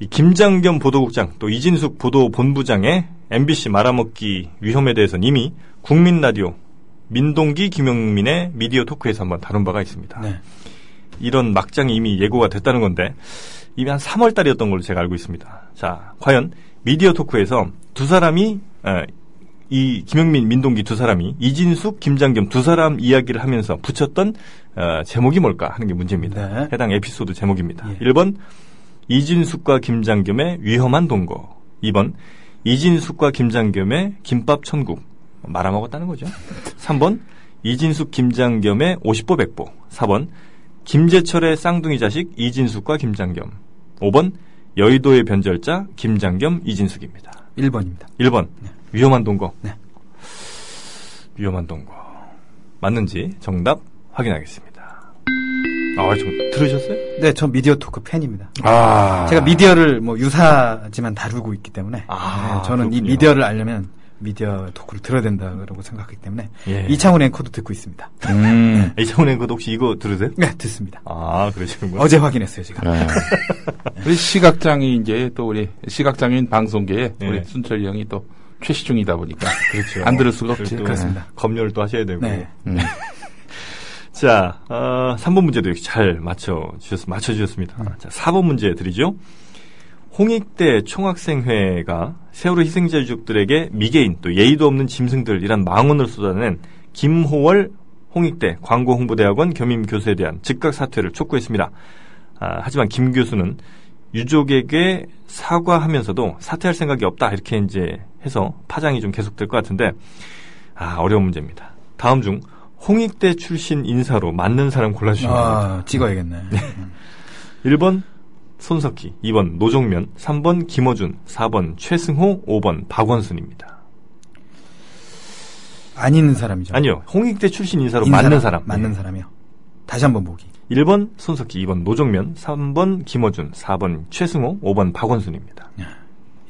S1: 이 김장겸 보도국장 또 이진숙 보도본부장의 MBC 말아먹기 위험에 대해서는 이미 국민 라디오 민동기 김영민의 미디어 토크에서 한번 다룬 바가 있습니다.
S2: 네.
S1: 이런 막장이 이미 예고가 됐다는 건데 이미 한 3월 달이었던 걸로 제가 알고 있습니다. 자, 과연 미디어 토크에서 두 사람이 에, 이 김영민, 민동기 두 사람이 이진숙, 김장겸 두 사람 이야기를 하면서 붙였던 어, 제목이 뭘까 하는 게 문제입니다.
S2: 네.
S1: 해당 에피소드 제목입니다.
S2: 예.
S1: 1번 이진숙과 김장겸의 위험한 동거. 2번 이진숙과 김장겸의 김밥 천국. 말아먹었다는 거죠. 3번 이진숙 김장겸의 50보 100보. 4번 김재철의 쌍둥이 자식 이진숙과 김장겸. 5번 여의도의 변절자 김장겸 이진숙입니다.
S2: 1번입니다.
S1: 1번 위험한 동거.
S2: 네.
S1: 위험한 동거 맞는지 정답 확인하겠습니다. 아, 좀 들으셨어요?
S2: 네, 저 미디어 토크 팬입니다.
S3: 아.
S2: 제가 미디어를 뭐 유사지만 다루고 있기 때문에
S1: 아,
S2: 네, 저는 이
S1: 그렇군요.
S2: 미디어를 알려면 미디어 토크를 들어야 된다고 생각하기 때문에
S1: 예. 아,
S2: 이창훈 앵커도 듣고 있습니다.
S3: 음.
S1: 이창훈 앵커도 혹시 이거 들으세요?
S2: 네, 듣습니다.
S1: 아, 그러시는군요.
S2: 어제 확인했어요,
S1: 아,
S2: 제가.
S3: 네. 우리 시각장이 이제 또 우리 시각장애인 방송계에
S1: 네.
S3: 우리 순철이 형이 또 최시중이다 보니까
S1: 그렇죠.
S3: 안 들을 수가 없지.
S1: 또
S2: 네. 그렇습니다.
S1: 검열을 또 하셔야 되고.
S2: 네.
S3: 음.
S1: 자, 어, 3번 문제도 역시 잘 맞춰주셨, 맞춰주셨습니다.
S2: 음.
S1: 자, 4번 문제 드리죠. 홍익대 총학생회가 세월호 희생자 유족들에게 미개인 또 예의도 없는 짐승들이란 망언을 쏟아낸 김호월 홍익대 광고홍보대학원 겸임 교수에 대한 즉각 사퇴를 촉구했습니다. 아, 하지만 김 교수는 유족에게 사과하면서도 사퇴할 생각이 없다 이렇게 이제 해서 파장이 좀 계속될 것 같은데 아 어려운 문제입니다. 다음 중 홍익대 출신 인사로 맞는 사람 골라주시면 됩니다.
S2: 아, 찍어야겠네. 음.
S1: 1번 손석희, 2번 노종면, 3번 김어준, 4번 최승호, 5번 박원순입니다.
S2: 안 있는 사람이죠.
S1: 아니요. 홍익대 출신 인사로
S2: 네. 인
S1: 맞는 사람. 네.
S2: 맞는 사람이요. 다시 한번 보기.
S1: 1번 손석희, 2번 노종면, 3번 김어준, 4번 최승호, 5번 박원순입니다.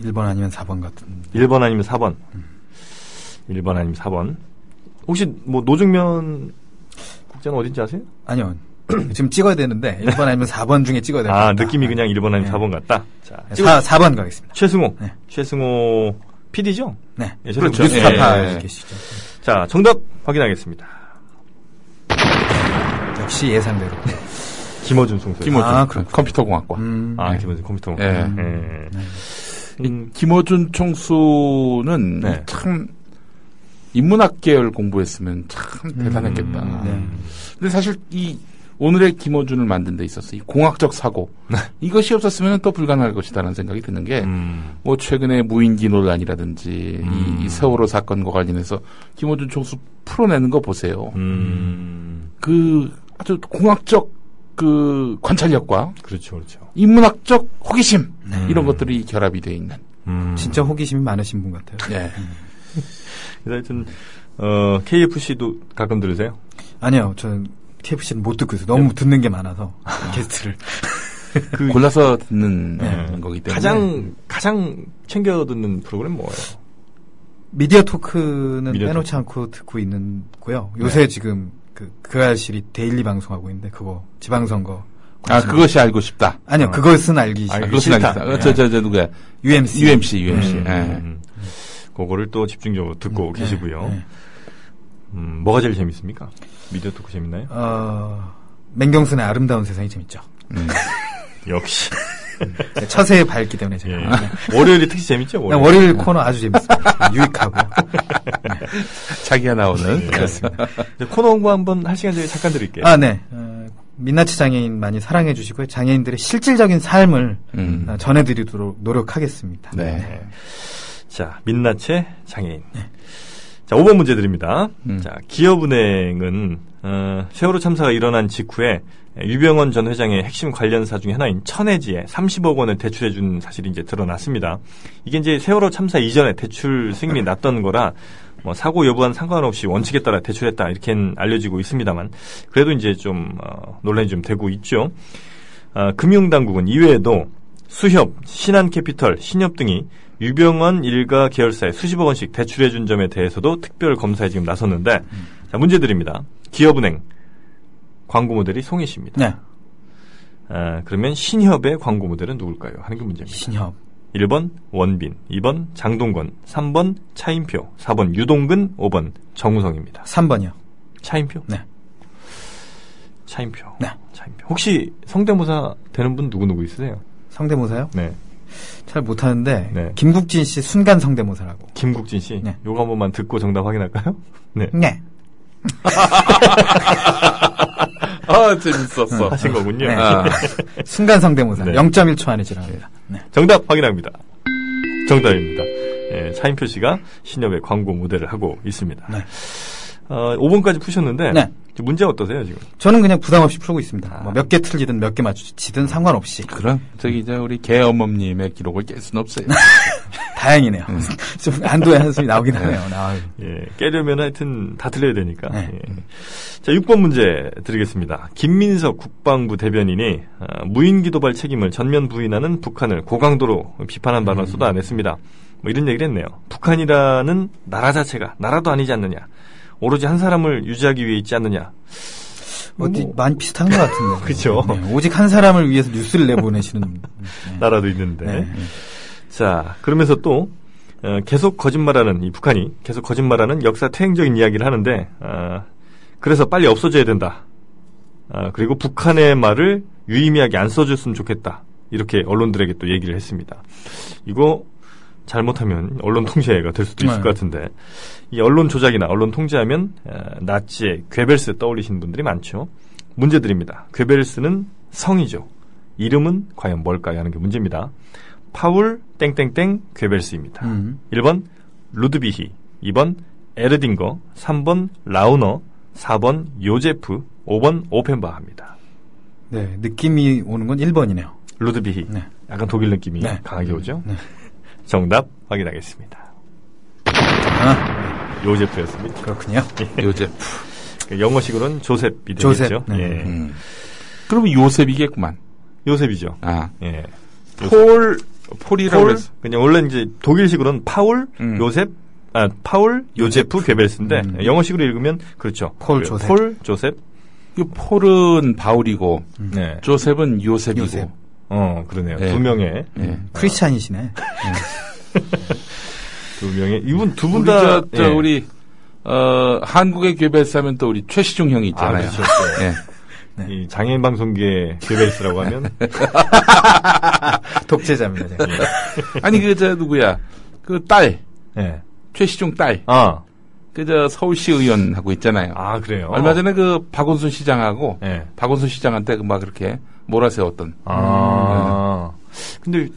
S2: 1번 아니면 4번 같은.
S1: 1번 아니면 4번.
S2: 음.
S1: 1번 아니면 4번. 혹시 뭐 노중면 국장은 어딘지 아세요?
S2: 아니요. 지금 찍어야 되는데 1번 아니면 4번 중에 찍어야 될것
S1: 아,
S2: 같다.
S1: 느낌이 그냥 1번 아니면
S2: 네.
S1: 4번 같다. 자,
S2: 네,
S1: 찍어-
S2: 사, 4번 가겠습니다.
S1: 최승호.
S2: 네.
S1: 최승호 PD죠?
S2: 네.
S1: 예, 저는
S2: 그렇죠.
S1: 그렇죠.
S2: 뉴스타파
S3: 예.
S2: 계시죠.
S1: 자, 정답 확인하겠습니다.
S2: 역시 예상대로.
S1: 김어준 총수.
S3: 네. 김어준
S2: 아, 그렇군요.
S3: 컴퓨터공학과.
S2: 음.
S1: 아, 김어준 컴퓨터.
S3: 예.
S1: 예. 음,
S3: 김어준 총수는
S1: 네.
S3: 참 인문학 계열 공부했으면 참
S1: 음.
S3: 대단했겠다.
S2: 음. 네.
S3: 근데 사실 이 오늘의 김어준을 만든 데 있어서 이 공학적 사고
S2: 네.
S3: 이것이 없었으면 또 불가능할 것이다라는 생각이 드는 게 뭐
S1: 음,
S3: 최근에 무인기 논란이라든지 이-
S1: 음.
S3: 이, 세월호 사건과 관련해서 김어준 총수 풀어내는 거 보세요.
S2: 음.
S1: 음,
S3: 그 아주 공학적 그 관찰력과
S1: 그렇죠, 그렇죠.
S3: 인문학적 호기심
S1: 네.
S3: 이런 것들이 결합이 돼 있는.
S1: 음.
S2: 진짜 호기심이 많으신 분 같아요.
S3: 예.
S1: 그래서 하여튼, 어, KFC도 가끔 들으세요?
S2: 아니요, 저는 TFC는 못 듣고 있어요. 너무
S1: 네.
S2: 듣는 게 많아서 게스트를.
S3: 골라서 듣는 네, 거기 때문에
S1: 가장, 가장 챙겨 듣는 프로그램 뭐예요?
S2: 미디어 토크는
S1: 미디어 네.
S2: 빼놓지 않고 듣고 있는고요. 요새 지금 그, 그 알실이 데일리 방송하고 있는데 그거 지방선거.
S3: 아 그것이 알고 싶다.
S2: 아니요, 그것은
S1: 알기
S2: 알기 싫어.
S3: 아, 그것은
S1: 싫다.
S3: 알고 싶다. 저저저 누구야?
S2: UMC.
S3: UMC UMC.
S1: 음,
S3: 예.
S1: 음. 그거를 또 집중적으로 듣고
S2: 네,
S1: 계시고요.
S2: 네.
S1: 음, 뭐가 제일 재밌습니까? 미디어 토크 재밌나요?
S2: 어, 맹경순의 아름다운 세상이 재밌죠.
S1: 역시.
S2: 네, 처세에 밝기 때문에
S1: 예.
S2: 제가. 네.
S1: 월요일이 특히 재밌죠?
S2: 네,
S1: 월요일.
S2: 월요일 코너 아주 재밌습니다. 유익하고.
S3: 예. 자기가 나오는.
S1: 네. 이제 코너 홍보 한번 할 시간 중에 잠깐 드릴게요.
S2: 아, 네. 어, 민낯이 장애인 많이 사랑해 주시고요. 장애인들의 실질적인 삶을
S3: 음.
S2: 어, 전해드리도록 노력하겠습니다.
S3: 네.
S1: 자, 민낯의 장애인. 자, 5번 문제 드립니다.
S3: 음.
S1: 자, 기업은행은 어, 세월호 참사가 일어난 직후에 유병원 전 회장의 핵심 관련사 중에 하나인 천해지에 30억 원을 대출해 준 사실이 이제 드러났습니다. 이게 이제 세월호 참사 이전에 대출 승인이 났던 거라 뭐 사고 여부와는 상관없이 원칙에 따라 대출했다 이렇게는 알려지고 있습니다만 그래도 이제 좀 어, 논란이 좀 되고 있죠. 아, 금융당국은 이외에도 수협, 신한캐피털, 신협 등이 유병원 일가 계열사에 수십억 원씩 대출해 준 점에 대해서도 특별 검사에 지금 나섰는데 자, 문제 드립니다. 기업은행 광고 모델이 송혜 씨입니다.
S2: 네.
S1: 아, 그러면 신협의 광고 모델은 누굴까요? 하는 게 문제입니다.
S2: 신협.
S1: 1번 원빈, 2번 장동건, 3번 차인표, 4번 유동근, 5번 정우성입니다.
S2: 3번이요.
S1: 차인표?
S2: 네.
S1: 차인표.
S2: 네.
S1: 차인표. 혹시 성대모사 되는 분 누구누구 있으세요?
S2: 성대모사요?
S1: 네.
S2: 잘 못하는데
S1: 네.
S2: 김국진 씨 순간 성대모사라고.
S1: 김국진 씨,
S2: 네.
S1: 요거 한 번만 듣고 정답 확인할까요? 네.
S2: 네.
S3: 아 재밌었어.
S1: 하신 거군요.
S2: 네.
S1: 아.
S2: 순간 성대모사.
S1: 네. 예.
S2: 0.1초 안에 지나갑니다. 네.
S1: 정답 확인합니다. 정답입니다. 예, 차인표 씨가 신협의 광고 모델을 하고 있습니다.
S2: 네.
S1: 어, 5번까지 푸셨는데
S2: 네.
S1: 문제 어떠세요 지금?
S2: 저는 그냥 부담 없이 풀고 있습니다.
S1: 아. 음.
S2: 뭐 몇 개 틀리든 몇 개 맞추든 상관없이.
S3: 그럼 저기 이제 우리 개어머님의 기록을 깰 수는 없어요.
S2: 다행이네요.
S1: 음.
S2: 좀 안도의 한숨이 나오긴 하네요. 아유.
S1: 예, 깨려면 하여튼 다 틀려야 되니까.
S2: 네.
S1: 예. 자, 6번 문제 드리겠습니다. 김민석 국방부 대변인이 아, 무인기 도발 책임을 전면 부인하는 북한을 고강도로 비판한
S2: 음.
S1: 발언을 쏟아냈습니다. 뭐 이런 얘기를 했네요. 북한이라는 나라 자체가 나라도 아니지 않느냐. 오로지 한 사람을 유지하기 위해 있지 않느냐.
S2: 어디
S1: 뭐,
S2: 많이 비슷한 것 같은데.
S1: 그죠?
S2: 네, 오직 한 사람을 위해서 뉴스를 내보내시는.
S1: 나라도 있는데.
S2: 네.
S1: 자, 그러면서 또 어, 계속 거짓말하는 이 북한이 계속 거짓말하는 역사 퇴행적인 이야기를 하는데 아, 그래서 빨리 없어져야 된다. 아, 그리고 북한의 말을 유의미하게 안 써줬으면 좋겠다. 이렇게 언론들에게 또 얘기를 했습니다. 이거 잘못하면 언론 통제가 될 수도 있을
S2: 네.
S1: 것 같은데 이 언론 조작이나 언론 통제하면 어, 나치의 괴벨스 떠올리시는 분들이 많죠. 문제 드립니다. 괴벨스는 성이죠. 이름은 과연 뭘까요? 하는 게 문제입니다. 파울 땡땡땡 괴벨스입니다.
S2: 음.
S1: 1번 루드비히, 2번 에르딩거, 3번 라우너, 4번 요제프, 5번 오펜바합니다.
S2: 네, 느낌이 오는 건 1번이네요.
S1: 루드비히.
S2: 네.
S1: 약간 독일 느낌이
S2: 네.
S1: 강하게 오죠?
S2: 네.
S1: 정답 확인하겠습니다.
S2: 아,
S1: 요제프였습니다.
S2: 그렇군요.
S3: 요셉.
S1: 영어식으로는 조셉이 되겠죠?
S2: 조셉, 네.
S1: 예.
S3: 음. 그러면 요셉이겠구만.
S1: 요셉이죠.
S3: 아,
S1: 예.
S3: 폴, 폴이라고
S1: 폴,
S3: 해서.
S1: 그냥 원래 이제 독일식으로는 파울,
S3: 음.
S1: 요셉, 아, 파울, 요제프, 괴벨스인데,
S2: 음.
S1: 영어식으로 읽으면, 그렇죠.
S2: 폴
S1: 그
S2: 조셉.
S1: 폴, 조셉.
S3: 이 폴은 바울이고,
S1: 네.
S3: 조셉은 요셉이고.
S2: 요셉. 음.
S1: 어, 그러네요.
S3: 네.
S1: 두 명의,
S3: 예.
S2: 크리스찬이시네.
S1: 두 명의, 이분 두
S3: 우리
S1: 분 다.
S3: 저, 저
S1: 예.
S3: 우리 어, 한국의 괴벨스 하면 또 우리 최시중 형이
S1: 아,
S3: 있잖아요.
S1: 그렇죠.
S3: 예.
S1: 이 장애인 방송계 괴벨스라고 하면,
S2: 독재자입니다, 제가.
S3: 아니 그 저 누구야? 그 딸
S1: 예.
S3: 최시중 딸.
S1: 아,
S3: 그 저 서울시 의원 하고 있잖아요.
S1: 아, 그래요.
S3: 얼마 전에 그 박원순 시장하고
S1: 예.
S3: 박원순 시장한테 그막 그렇게 몰아세웠던.
S1: 어.
S3: 음,
S1: 아.
S3: 네.
S1: 근데,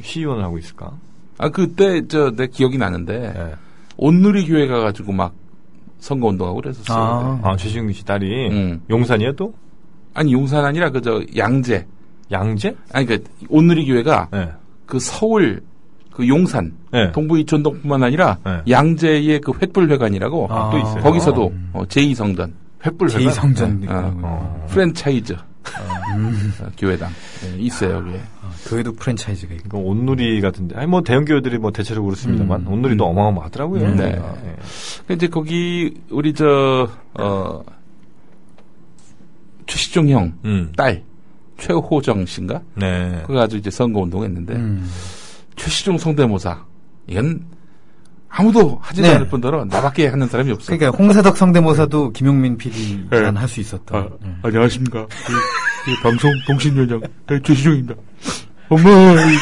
S1: 시의원을 하고 있을까?
S3: 아 그때 저 내 기억이 나는데
S1: 예.
S3: 온누리 교회 가가지고 막 선거 운동하고 그랬었어요.
S2: 아.
S3: 그때.
S1: 아, 최시경 씨 딸이,
S3: 음.
S1: 용산이야 또?
S3: 네. 아니 용산 아니라 그 저 양재.
S1: 양재?
S3: 아니 그 온누리 교회가
S1: 예.
S3: 그 서울 그 용산
S1: 예.
S3: 동부 이촌동뿐만 아니라
S1: 네.
S3: 양재의 그 횃불회관이라고
S2: 예. 아,
S1: 또 있어요.
S3: 거기서도 어, 제2성전 횃불회관
S2: 제2성전. 음.
S3: 어,
S1: 어.
S3: 프랜차이즈 어, 교회당 네, 있어요 여기
S2: 교회도 프랜차이즈가 있고.
S1: 이거 그러니까 온누리 같은데. 아니, 뭐, 대형교회들이 뭐, 대체로 그렇습니다만, 온누리도 어마어마하더라고요.
S3: 음. 네.
S1: 아, 예.
S3: 이제 거기 우리 저 어, 최시종 형
S1: 음.
S3: 딸 최호정 씨인가
S1: 네.
S3: 그거 가지고 이제 선거 운동했는데
S2: 음.
S3: 최시종 성대모사 이건 아무도 하지도
S2: 네.
S3: 않을 뿐더러 나밖에 하는 사람이 없어.
S2: 그러니까 홍사덕 성대모사도 김용민 PD만
S3: 네.
S2: 할 수 있었던.
S6: 아,
S2: 네.
S6: 안녕하십니까. 이, 이 방송 동신위원장 네, 최시중입니다. 엄마, 이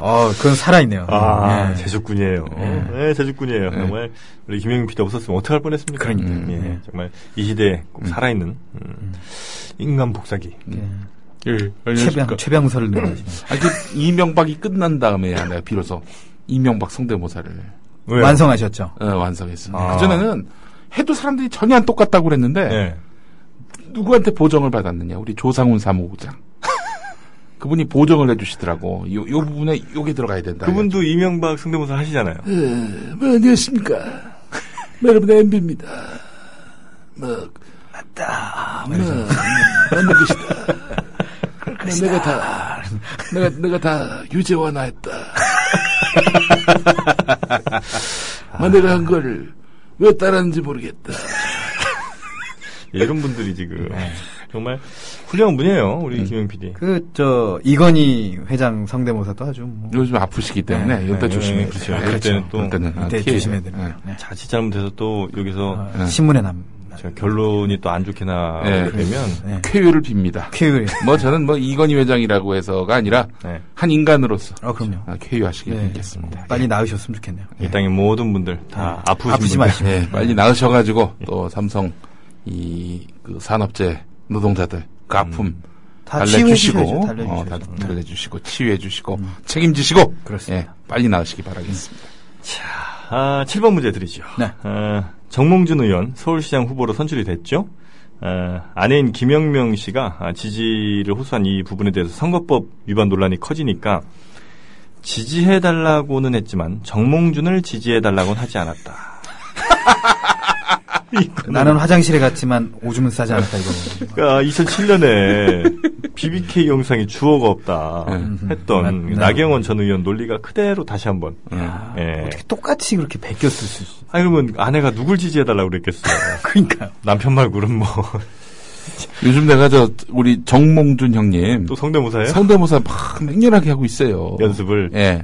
S2: 어, 그건 살아있네요.
S1: 아,
S2: 네.
S1: 제주꾼이에요. 네, 제주꾼이에요. 정말 우리 김영민 PD 없었으면 어떡할 뻔했습니까?
S2: 그러니까요.
S1: 음, 예,
S2: 네.
S1: 정말 이 시대에 꼭 살아있는 음, 인간 복사기.
S6: 예, 안녕하십니까.
S2: 네. 최병, 최병설을 넣으시면.
S3: 아니, 그 이명박이 끝난 다음에야 내가 비로소 이명박 성대모사를
S2: 네.
S1: 왜요?
S2: 완성하셨죠.
S3: 어, 완성했습니다.
S1: 아.
S3: 그전에는 해도 사람들이 전혀 안 똑같다고 그랬는데
S6: 네.
S2: 네.
S1: 예.
S3: 누구한테 보정을 받았느냐. 우리 조상훈 사무국장. 그분이 보정을 해주시더라고. 요, 요 부분에 요게 들어가야 된다.
S1: 그분도 이명박 성대모사 하시잖아요.
S3: 어, 뭐, 안녕하십니까. 뭐, 여러분, 엠비입니다. 뭐, 맞다. 뭐, 내 것이다. 뭐, 내가 다, 내가, 내가 다 유죄화나 했다. 뭐, 내가 한 거를 왜 따라하는지 모르겠다.
S1: 예, 이런 분들이 지금
S2: 네.
S1: 정말 훌륭한 분이에요. 우리 김영 PD.
S2: 그, 저, 이건희 회장 성대모사도 아주 뭐.
S3: 요즘 아프시기 때문에
S2: 네,
S3: 이때
S1: 네,
S3: 조심해
S1: 네,
S3: 주세요.
S1: 그렇죠. 그때는 또
S3: 아,
S2: 이때 조심해야 됩니다. 아, 네.
S1: 자칫 잘못해서 또 여기서
S2: 어, 신문에 남.
S1: 제가 결론이 또 안 좋게 나오게
S3: 네.
S1: 되면
S2: 네.
S3: 쾌유를 빕니다.
S2: 쾌유리.
S3: 뭐 저는 뭐 이건희 회장이라고 해서가 아니라
S1: 네.
S3: 한 인간으로서
S2: 어, 그럼요.
S3: 아, 쾌유하시길
S2: 네.
S3: 빌겠습니다.
S2: 빨리 나으셨으면 좋겠네요.
S1: 이 땅의 모든 분들 다 아프신
S2: 아프지
S1: 분들.
S2: 마시고.
S3: 네, 빨리 나으셔가지고 또 삼성 이그 산업재 노동자들 그 아픔
S2: 음. 다 치유해주시고.
S3: 달래주시고
S2: 달래주시고. 네.
S3: 어, 다 달래주시고 치유해주시고 책임지시고
S2: 음. 그렇습니다.
S3: 예, 빨리 나으시기 바라겠습니다.
S1: 자, 아, 7번 문제 드리죠.
S2: 네.
S1: 어, 정몽준 의원 서울시장 후보로 선출이 됐죠. 어, 아내인 김영명 씨가 아, 지지를 호소한 이 부분에 대해서 선거법 위반 논란이 커지니까 지지해달라고는 했지만 정몽준을 지지해달라고는 하지 않았다. 이거는
S2: 나는 화장실에 갔지만 오줌은 싸지 않았다 이거.
S1: 그러니까 2007년에 BBK 영상이 주어가 없다
S3: 네.
S1: 했던
S2: 네. 음. 아,
S1: 나경원 전 의원 논리가 그대로 다시 한번. 예.
S2: 어떻게 똑같이 그렇게 베꼈을 수 있어?
S1: 아니 그러면 아내가 누굴 지지해달라고 그랬겠어요.
S2: 그러니까요.
S1: 남편 말고는 뭐 또
S3: 요즘 내가 저 우리 정몽준 형님
S2: 네?
S1: 성대모사예요?
S3: 성대모사 막 맹렬하게 하고 있어요.
S1: 연습을
S3: 예.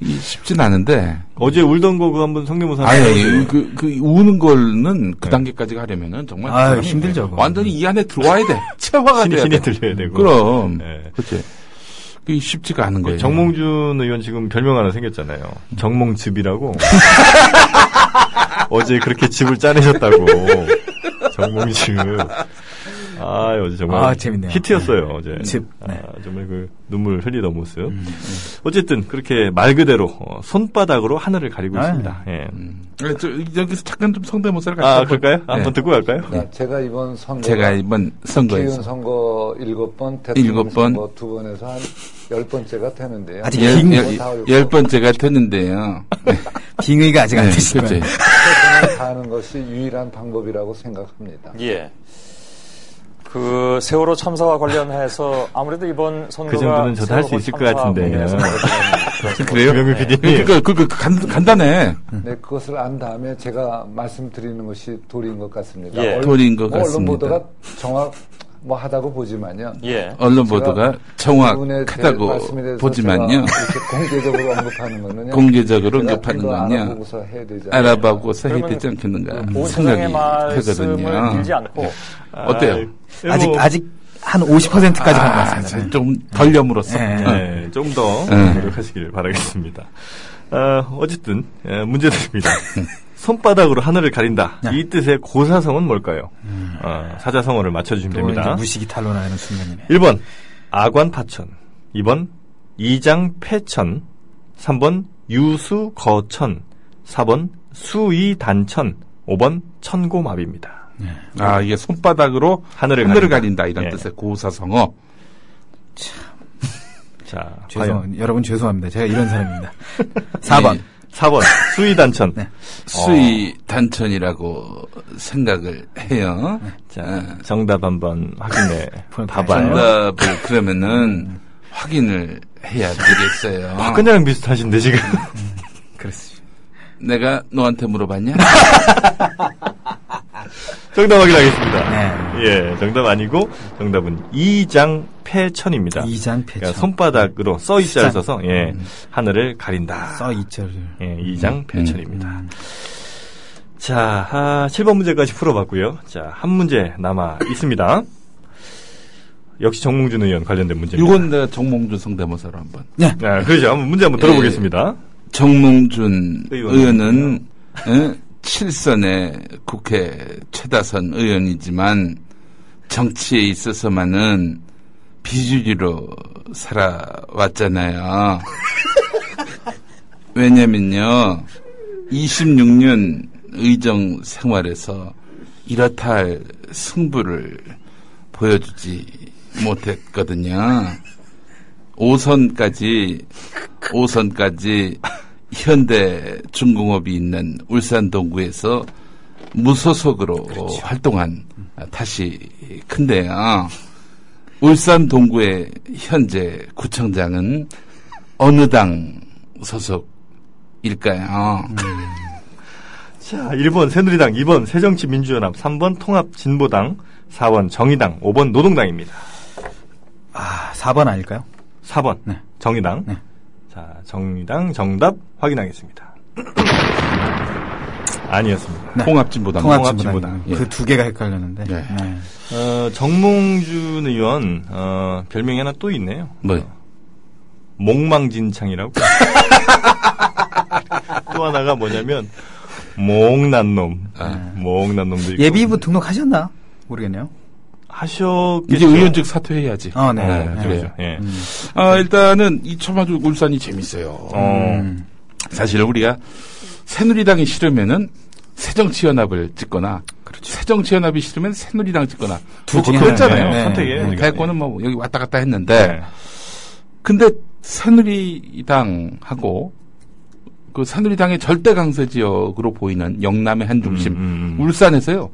S3: 이 쉽진 않은데
S1: 어제 울던 거 그거 한번 성대모사
S3: 아니
S2: 네.
S1: 해보세요.
S3: 그, 그 우는 거는 그
S1: 네.
S3: 단계까지 가려면은 정말
S2: 아유,
S3: 사람이
S2: 힘들죠, 그건.
S3: 완전히 이 안에 들어와야 돼. 체화가
S1: 신이
S3: 돼야
S1: 신이
S3: 돼.
S1: 들려야 되고
S2: 네.
S3: 그럼
S1: 예.
S3: 그렇지. 그 쉽지가 않은 거예요.
S1: 정몽준 의원 지금 별명 하나 생겼잖아요. 정몽즙이라고. 어제 그렇게 집을 짜내셨다고. 정몽즙. 아, 어제 정말
S2: 아, 재밌네요.
S1: 히트였어요, 어제.
S2: 집, 네.
S1: 아, 정말 그 눈물 흘리던 모습. 어쨌든 그렇게 말 그대로 어, 손바닥으로 하늘을 가리고
S2: 아,
S1: 있습니다. 예.
S3: 예, 저, 여기서 잠깐 좀 성대모사를 같이
S1: 아,
S3: 한번-
S1: 그럴까요?
S3: 예.
S1: 한번 듣고 갈까요?
S7: 네, 제가 이번 선거
S3: 제가 이번
S7: 기운
S3: 선거에서
S7: 선거 일곱 번,
S3: 일곱
S7: 대통령
S3: 번.
S7: 선거 두 번에서 한 열 번째가 되는데요.
S2: 아직
S3: 열,
S2: 긴-
S3: 열,
S7: 다
S3: 열,
S7: 어렵고.
S3: 번째가 됐는데요. 네.
S2: 빙의가 아직 안 되신 거예요.
S7: 최선을 다하는 것이 유일한 방법이라고 생각합니다.
S8: 예. 그 세월호 참사와 관련해서 아무래도 이번 선거가
S1: 그 정도는 저도 할수
S8: 세월호
S1: 있을 것
S8: 참사
S1: 같은데.
S8: 관련해서 그런
S3: 그래요?
S1: 김영규 PD. 님
S3: 그러니까 그, 그, 그 간, 간단해.
S7: 네, 그것을 안 다음에 제가 말씀드리는 것이 도리인 것 같습니다.
S8: 예.
S7: 언-
S3: 도리인 것
S7: 뭐 언론
S3: 같습니다.
S7: 보도가 정확 뭐 하다고 보지만요.
S8: 예.
S1: 어,
S3: 언론
S7: 제가
S3: 보도가
S7: 그분의 대- 말씀에
S3: 정확하다고
S7: 대해서
S3: 보지만요.
S7: 제가 이렇게 공개적으로 언급하는 거는요.
S3: 공개적으로
S7: 제가
S3: 언급하는
S7: 이거
S3: 건요.
S7: 알아보고서 네. 해야 되잖아요.
S3: 알아보고서 해야
S8: 그러면
S3: 되지 않겠는가
S8: 온 세상의
S3: 생각이
S8: 말씀을
S3: 되거든요.
S8: 빌지 않고
S3: 어때요?
S1: 예.
S2: 아직
S1: 뭐
S2: 아직 한 50%까지 간것
S3: 아,
S2: 같습니다.
S3: 자, 좀 덜렴으로써.
S2: 예.
S1: 네, 좀 더
S3: 네.
S1: 노력하시길 바라겠습니다. 어, 어쨌든 예, 문제 드립니다. 손바닥으로 하늘을 가린다. 이 뜻의 고사성은 뭘까요? 어, 사자성어를 맞춰주시면
S2: 또뭐 이제
S1: 됩니다.
S2: 무식이 탄로나는 순간이네.
S1: 1번 아관파천 2번 이장패천 3번 유수거천 4번 수이단천 5번 천고마비입니다.
S3: 아, 이게 손바닥으로
S1: 하늘을,
S3: 하늘을 가린다. 이런
S1: 예.
S3: 뜻의 고사성어.
S1: 자, 과연
S2: 죄송 여러분 죄송합니다. 제가 이런 사람입니다. 4번.
S1: 4번 수이단천
S3: 예. 수의 단천이라고 생각을 해요.
S1: 자, 정답 한번 확인해 봐봐요.
S3: 정답을 그러면은 확인을 해야 되겠어요.
S1: 박근혜랑 비슷하신데 지금
S2: 그렇습니다.
S3: 내가 너한테 물어봤냐?
S1: 정답 확인하겠습니다.
S2: 네.
S1: 예, 정답 아니고 정답은 이장패천입니다.
S2: 이장
S1: 그러니까
S2: 패천.
S1: 손바닥으로 써이자를
S2: 시장.
S1: 써서 예 하늘을 가린다.
S2: 써 음. 이자를.
S1: 예, 이장패천입니다. 자, 아, 7번 문제까지 풀어봤고요. 자, 한 문제 남아 있습니다. 역시 정몽준 의원 관련된 문제입니다.
S3: 이건 내가 정몽준 성대모사로 한번.
S1: 아, 그렇죠. 한번 문제 한번 들어보겠습니다.
S2: 예.
S3: 정몽준
S1: 의원.
S3: 의원은 예? 칠선의 국회 최다선 의원이지만 정치에 있어서만은 비주류로 살아왔잖아요. 왜냐면요, 26년 의정 생활에서 이렇다 할 승부를 보여주지 못했거든요. 5선까지 5선까지 현대 중공업이 있는 울산 동구에서 무소속으로 활동한 다시 큰데요. 울산 동구의 현재 구청장은 어느 당 소속일까요?
S1: 자, 1번 새누리당, 2번 새정치민주연합, 3번 통합진보당, 4번 정의당, 5번 노동당입니다.
S2: 아, 4번 아닐까요?
S1: 4번
S2: 네.
S1: 정의당.
S2: 네.
S1: 자, 정의당 정답 확인하겠습니다. 아니었습니다.
S2: 네.
S3: 통합진보당.
S2: 통합진보당.
S1: 예.
S2: 그 두 개가 헷갈렸는데.
S3: 예.
S2: 네.
S1: 어, 정몽준 의원 어, 별명이 하나 또 있네요.
S3: 뭐
S1: 목망진창이라고. 또 하나가 뭐냐면 몽난 놈. 아, 몽난 놈도 있고.
S2: 네. 예비부 등록하셨나? 모르겠네요.
S1: 하셨겠죠.
S3: 이제 의원직 사퇴해야지.
S2: 아, 네. 네,
S1: 그렇죠.
S3: 그래요.
S1: 예.
S2: 음.
S3: 아, 일단은 이 처마주 울산이 재밌어요.
S1: 어,
S3: 사실 우리가 새누리당이 싫으면은 새정치연합을 찍거나 새정치연합이 싫으면 새누리당 찍거나 뭐
S2: 둘 중에
S3: 그랬잖아요.
S2: 하나예요. 선택이에요,
S3: 네.
S1: 이거는.
S3: 대권은 뭐 여기 왔다 갔다
S2: 네.
S3: 했는데
S1: 음, 네.
S3: 근데 새누리당하고 그 새누리당의 절대 강세 지역으로 보이는 영남의 한 중심
S1: 음, 음.
S3: 울산에서요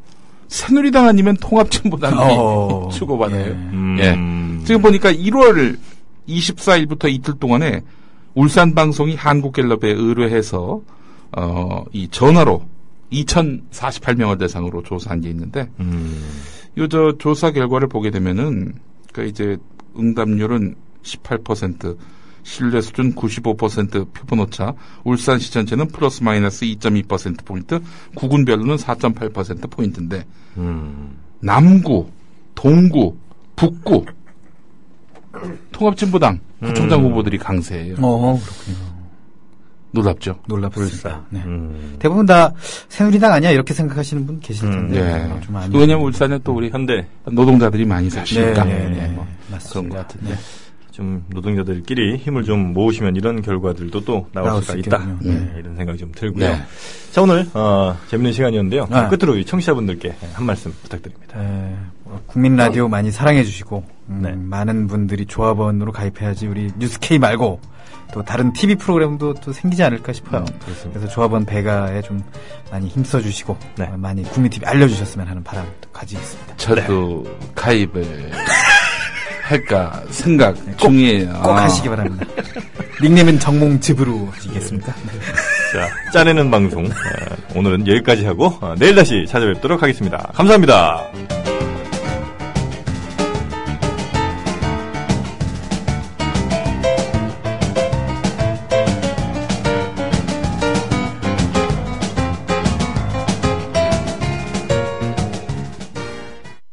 S3: 새누리당 아니면 통합진보당이
S2: 어.
S3: 주고받아요.
S2: 예.
S1: 음.
S3: 예. 지금 보니까 1월 24일부터 이틀 동안에 울산 방송이 한국갤럽에 의뢰해서 어 이 전화로 2,048명을 대상으로 조사한 게 있는데
S1: 음.
S3: 요 저 조사 결과를 보게 되면은 그러니까 이제 응답률은 18%, 신뢰 수준 95%, 표본 오차, 울산시 전체는 플러스 마이너스 2.2% 포인트, 구군별로는 4.8% 포인트인데
S1: 음.
S3: 남구, 동구, 북구 통합진보당
S2: 음.
S3: 구청장 후보들이 강세예요.
S2: 어, 그렇군요.
S3: 놀랍죠.
S2: 놀랍습니다. 네.
S1: 음.
S2: 대부분 다 새누리당 아니야 이렇게 생각하시는 분 계실 텐데 뭐
S3: 예.
S2: 네, 좀 아니에요.
S3: 왜냐면 울산에 또 우리
S1: 현대
S3: 노동자들이 많이 사시니까
S2: 네, 네,
S3: 예,
S2: 네.
S3: 뭐 그런 것
S2: 맞습니다.
S3: 같은데.
S1: 좀 노동자들끼리 힘을 좀 모으시면 이런 결과들도 또 나올
S2: 나올
S1: 수가
S2: 수
S1: 있다.
S2: 있겠군요.
S1: 네, 이런 생각이 좀 들고요.
S3: 네.
S1: 자 오늘 어, 재밌는 시간이었는데요.
S2: 네.
S1: 끝으로 이 청취자분들께 한 말씀 부탁드립니다.
S2: 예, 어, 국민 라디오 많이 사랑해 주시고 음,
S1: 네.
S2: 많은 분들이 조합원으로 가입해야지 우리 뉴스케이 말고 또 다른 TV 프로그램도 또 생기지 않을까 싶어요.
S1: 그렇습니다.
S2: 그래서 조합원 배가에 좀 많이 힘써 주시고
S1: 네.
S2: 어, 많이 국민 TV 알려주셨으면 하는 바람을 또 가지겠습니다.
S3: 저도
S2: 네.
S3: 가입을 할까 생각 중이에요.
S2: 네, 꼭 하시기 바랍니다. 닉네임은 정몽집으로 하시겠습니까?
S1: 자 짜내는 방송 어, 오늘은 여기까지 하고 어, 내일 다시 찾아뵙도록 하겠습니다. 감사합니다.